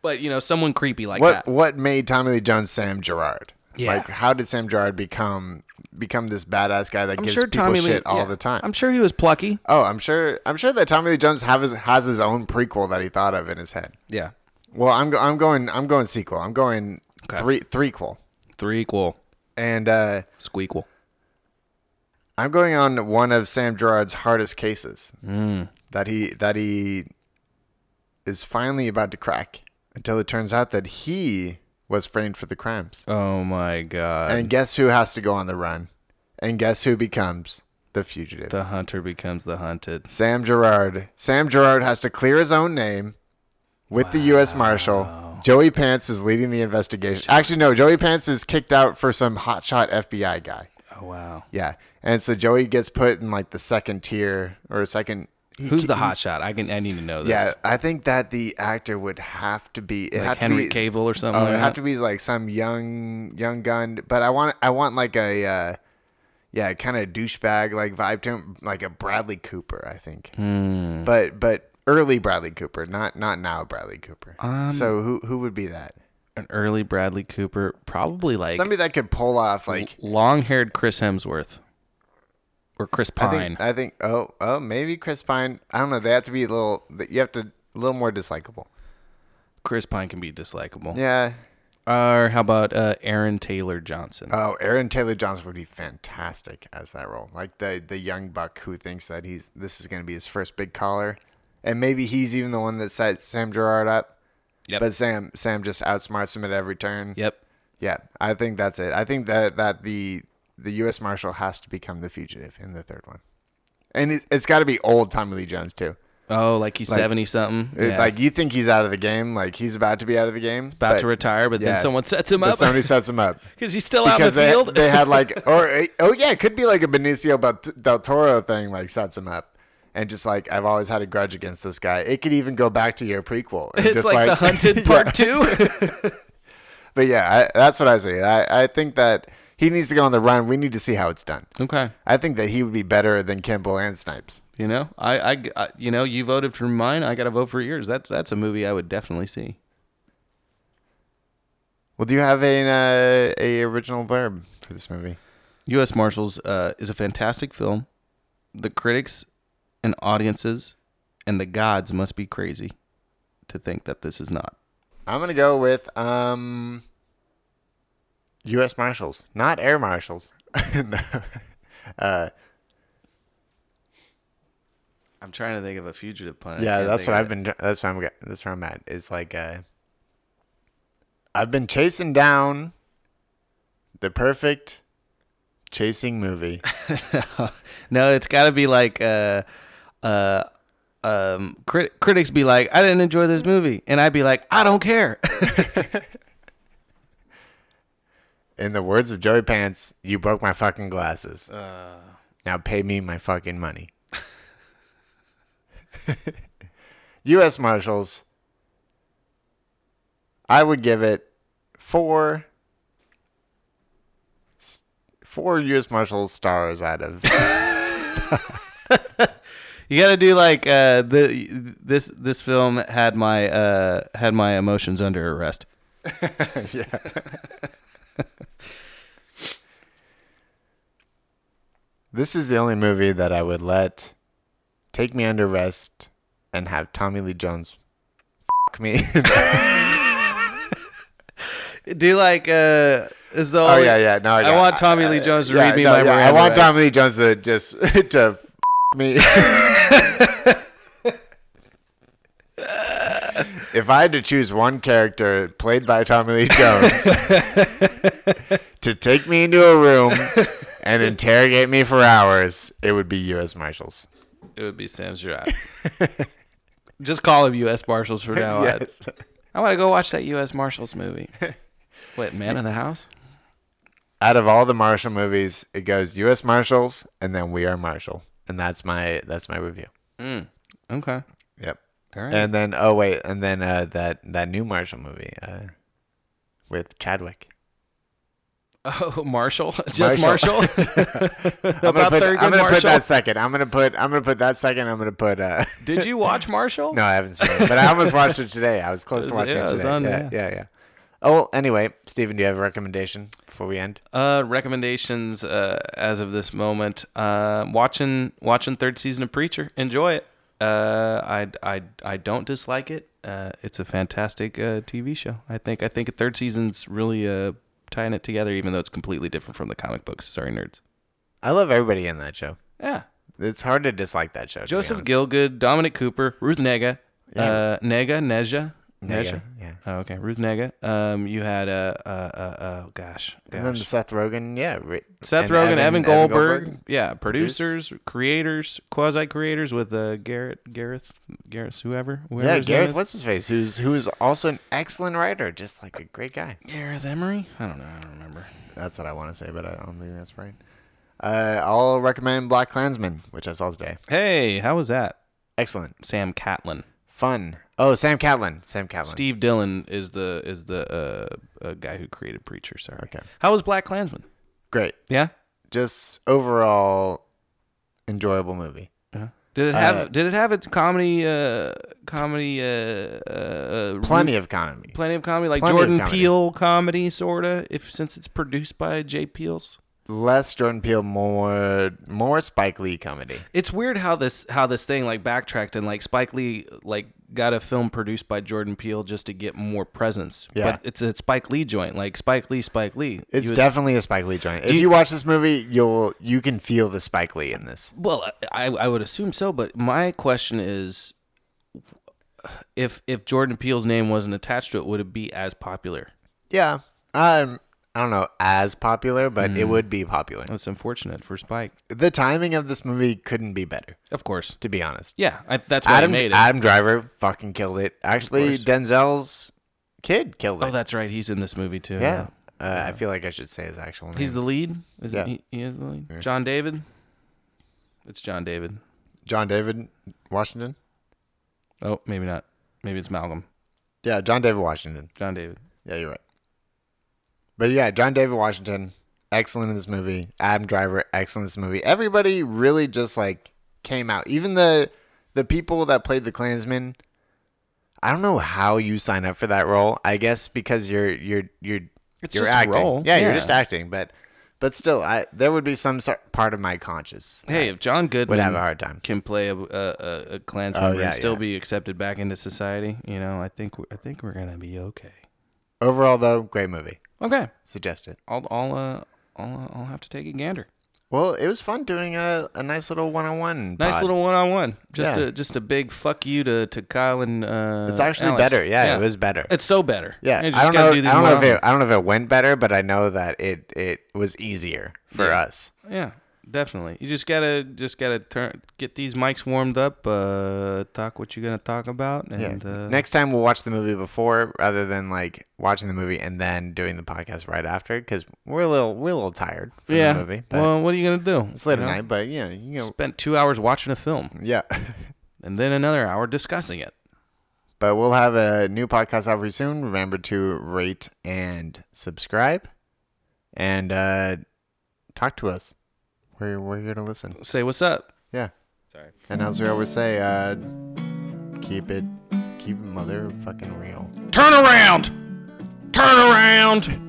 A: But you know, someone creepy like
B: What
A: that.
B: what made Tommy Lee Jones Sam Gerard?
A: Yeah.
B: Like how did Sam Gerard become become this badass guy that gives people shit all
A: yeah.
B: the time?
A: I'm sure he was plucky.
B: oh, I'm sure I'm sure that Tommy Lee Jones have his, has his own prequel that he thought of in his head.
A: Yeah,
B: Well, I'm go, I'm going I'm going sequel. I'm going
A: Okay.
B: three threequel.
A: three equal,
B: And uh,
A: squeakquel.
B: I'm going on one of Sam Gerard's hardest cases
A: Mm.
B: that he that he is finally about to crack until it turns out that he was framed for the crimes.
A: Oh my god!
B: And guess who has to go on the run? And guess who becomes the fugitive?
A: the hunter becomes the hunted.
B: Sam Gerard. Sam Gerard has to clear his own name with the U.S. Marshal. Joey Pants is leading the investigation. Actually, no, Joey Pants is kicked out for some hotshot FBI guy.
A: Oh wow!
B: Yeah. And so Joey gets put in like the second tier or second. he-
A: Who's the
B: he-
A: hot shot? I can. I need to know this.
B: Yeah, I think that the actor would have to be it
A: like
B: had
A: Henry
B: to be,
A: Cavill or something.
B: Oh,
A: like
B: it'd have
A: that.
B: to be like some young young gun, but I want I want like a uh, yeah, kind of douchebag like vibe to him, like a Bradley Cooper, I think. But but early Bradley Cooper, not not now Bradley Cooper. so who who would be that?
A: An early Bradley Cooper, probably like
B: Somebody that could pull off like
A: long-haired Chris Hemsworth or Chris
B: I
A: Pine.
B: think I think oh oh maybe Chris Pine. I don't know. They have to be a little. You have to a little more dislikable.
A: Chris Pine can be dislikable.
B: Yeah.
A: Or how about uh, Aaron Taylor Johnson?
B: Oh, Aaron Taylor Johnson would be fantastic as that role. Like the the young buck who thinks that he's this is going to be his first big collar, and maybe he's even the one that sets Sam Gerard up.
A: Yep.
B: But Sam Sam just outsmarts him at every turn.
A: yep.
B: Yeah, I think that's it. I think that that the the U.S. Marshal has to become the fugitive in the third one, and it, it's got to be old Tommy Lee Jones too.
A: Oh, like he's
B: Like-
A: seventy something.
B: It- Like you think he's out of the game, like he's about to be out of the game,
A: about
B: but-
A: to retire, but
B: yeah.
A: then someone sets him
B: but
A: up
B: Somebody sets him up.
A: because he's still out in the
B: because they,
A: field.
B: they had like or oh yeah it could be like a benicio Bel- del toro thing like sets him up and just like i've always had a grudge against this guy it could even go back to your prequel and
A: it's
B: just
A: like, the hunted part two.
B: but yeah I, that's what i say I, I think that he needs to go on the run we need to see how it's done
A: okay.
B: i think that he would be better than kimball and snipes
A: You know, I, I, I- you know, you voted for mine. I got to vote for yours. That's that's a movie I would definitely see.
B: well do you have an uh, a original blurb for this movie
A: U.S. Marshals uh, is a fantastic film. The critics and audiences and the gods must be crazy to think that this is not.
B: i'm gonna go with um u.s marshals not air marshals no. uh
A: I'm trying to think of a fugitive pun. I
B: Yeah,
A: can't
B: that's
A: think
B: what
A: of
B: I've
A: it.
B: been. That's where I'm. get- That's where I'm at. It's like uh, I've been chasing down The perfect chasing movie.
A: No, it's got to be like uh, uh, um, crit- critics be like, I didn't enjoy this movie, and I'd be like, I don't care.
B: In the words of Joey Pants, you broke my fucking glasses.
A: Uh.
B: now pay me my fucking money. U.S. Marshals. I would give it four. Four U.S. Marshals stars out of.
A: you got to do like uh, the this this film had my uh, had my emotions under arrest.
B: this is the only movie that I would let take me under rest and have Tommy Lee Jones fuck me. Oh,
A: Do like uh, is the
B: Oh yeah, yeah. Uh, No,
A: I want Tommy Lee Jones to read me my Miranda
B: I want
A: rights.
B: Tommy Lee Jones to just to f- me. if I had to choose one character played by Tommy Lee Jones to take me into a room and interrogate me for hours, it would be U.S. Marshals.
A: It would be Sam Gerard. Just call him U.S. Marshals from now on.
B: Yes.
A: I want to go watch that U.S. Marshals movie. What Man in the House?
B: Out of all the Marshall movies, it goes U.S. Marshals and then We Are Marshall, and that's my that's my review.
A: Okay.
B: Yep.
A: All right.
B: And then oh wait, and then uh, that that new Marshall movie uh, with Chadwick.
A: Oh, Marshall. Just
B: Marshall.
A: Marshall.
B: I'm gonna,
A: About
B: put,
A: Thurgood
B: I'm gonna put
A: Marshall.
B: that second. I'm gonna put I'm gonna put that second. I'm gonna put. Uh,
A: Did you watch Marshall?
B: no, I haven't seen it, but I almost watched it today. I was close to
A: was-
B: watching
A: yeah,
B: it
A: it was
B: today.
A: on,
B: yeah,
A: yeah.
B: yeah, yeah, Oh, well, anyway, Steven, do you have a recommendation before we end?
A: Uh, recommendations uh, as of this moment. Uh, watching watching third season of Preacher. Enjoy it. Uh, I I I don't dislike it. Uh, it's a fantastic uh, TV show. I think I think the third season's really uh tying it together, even though it's completely different from the comic books. Sorry, nerds.
B: I love everybody in that show.
A: Yeah.
B: It's hard to dislike that show. to be
A: Joseph
B: honest.
A: Gilgood, Dominic Cooper, Ruth Nega, uh, Nega, Neja, Neja.
B: Nega, yeah.
A: Oh, okay, Ruth Nega. Um, you had uh, uh, uh, oh gosh,
B: And then
A: gosh.
B: Seth Rogen, yeah. Re-
A: Seth
B: and
A: Rogen, Evan, Goldberg,
B: Goldberg.
A: yeah, producers, creators, quasi creators with uh, Garrett, Gareth, Gareth, whoever, whoever
B: Yeah,
A: his name
B: Gareth,
A: is.
B: what's his face? Who's who's also an excellent writer, just like a great guy.
A: Gareth Emery? I don't know. I don't remember.
B: That's what I want to say, but I don't think that's right. Uh, I'll recommend Black Klansman, which I saw today.
A: Hey, how was that?
B: Excellent,
A: Sam Catlin.
B: fun. Oh, Sam Catlin. Sam Catlin.
A: Steve Dillon is the is the uh, uh, guy who created Preacher. Sorry.
B: Okay.
A: How was Black Klansman?
B: Great.
A: Yeah.
B: Just overall enjoyable movie.
A: Did it have Did it have its comedy uh, comedy uh, uh,
B: Plenty of comedy.
A: plenty of comedy like
B: plenty of
A: Jordan
B: comedy.
A: Peele comedy sorta if since it's produced by Jay Peels.
B: Less Jordan Peele, more more Spike Lee comedy.
A: It's weird how this how this thing like backtracked and like Spike Lee like got a film produced by Jordan Peele just to get more presence.
B: Yeah.
A: But it's a Spike Lee joint like Spike Lee Spike Lee.
B: It's
A: You would-
B: definitely a Spike Lee joint. If
A: you-
B: you watch this movie, you'll you can feel the Spike Lee in this.
A: Well, I, I would assume so, but my question is, if if Jordan Peele's name wasn't attached to it, would it be as popular?
B: Yeah. Um I don't know as popular, but it would be popular.
A: Hmm. That's unfortunate for Spike.
B: The timing of this movie couldn't be better,
A: Of course.
B: to be honest.
A: Yeah, I, that's why I
B: Adam,
A: made it.
B: Adam Driver fucking killed it. Actually,
A: course.
B: Denzel's kid killed it.
A: oh, that's right. He's in this movie too.
B: yeah. Uh, I feel like I should say his actual name.
A: he's the lead. Is
B: Yeah.
A: he, he is the lead? John David. It's John David.
B: John David Washington.
A: Oh, maybe not. Maybe it's Malcolm.
B: Yeah, John David Washington.
A: John David.
B: Yeah, you're right. But yeah, John David Washington, excellent in this movie. Adam Driver, excellent in this movie. Everybody really just like came out. Even the the people that played the Klansmen. I don't know how you sign up for that role. I guess because you're you're you're
A: It's
B: you're
A: just a
B: acting.
A: role.
B: Yeah, you're
A: Yeah.
B: just acting, but but still, I there would be some sort part of my conscience.
A: Hey, if John Goodman
B: Would have a hard time.
A: can play a a, a, a Klansman
B: Oh,
A: member
B: yeah,
A: and still
B: yeah.
A: be accepted back into society, you know, I think we- I think we're gonna be okay.
B: Overall, though, great movie.
A: Okay,
B: Suggest it.
A: uh, I'll I'll uh, I'll I'll have to take a gander.
B: Well, it was fun doing a, a nice little one on one.
A: Nice little one on one. Just
B: Yeah.
A: a just a big fuck you to to Kyle and uh,
B: It's actually
A: Alex.
B: better. Yeah, it was better.
A: It's so better.
B: Yeah,
A: You just
B: I don't
A: gotta
B: know.
A: do these
B: I don't know if
A: one-on-one.
B: it, I don't know if it went better, but I know that it it was easier for
A: Yeah.
B: us.
A: Yeah, definitely. You just gotta just gotta turn get these mics warmed up. Uh, talk what you're gonna talk about, and uh,
B: Next time we'll watch the movie before, rather than like watching the movie and then doing the podcast right after, because we're a little we're a little tired. From
A: yeah.
B: The movie, but
A: well, what are you gonna do?
B: it's late
A: You
B: at
A: know?
B: night, but you know, you know,
A: Spent two hours watching a film,
B: yeah.
A: and then another hour discussing it.
B: but we'll have a new podcast out very soon. Remember to rate and subscribe, and uh talk to us. We're we're here to listen.
A: Say what's up.
B: Yeah. Sorry. And as we always say, uh, keep it, keep it motherfucking real.
A: Turn around. Turn around.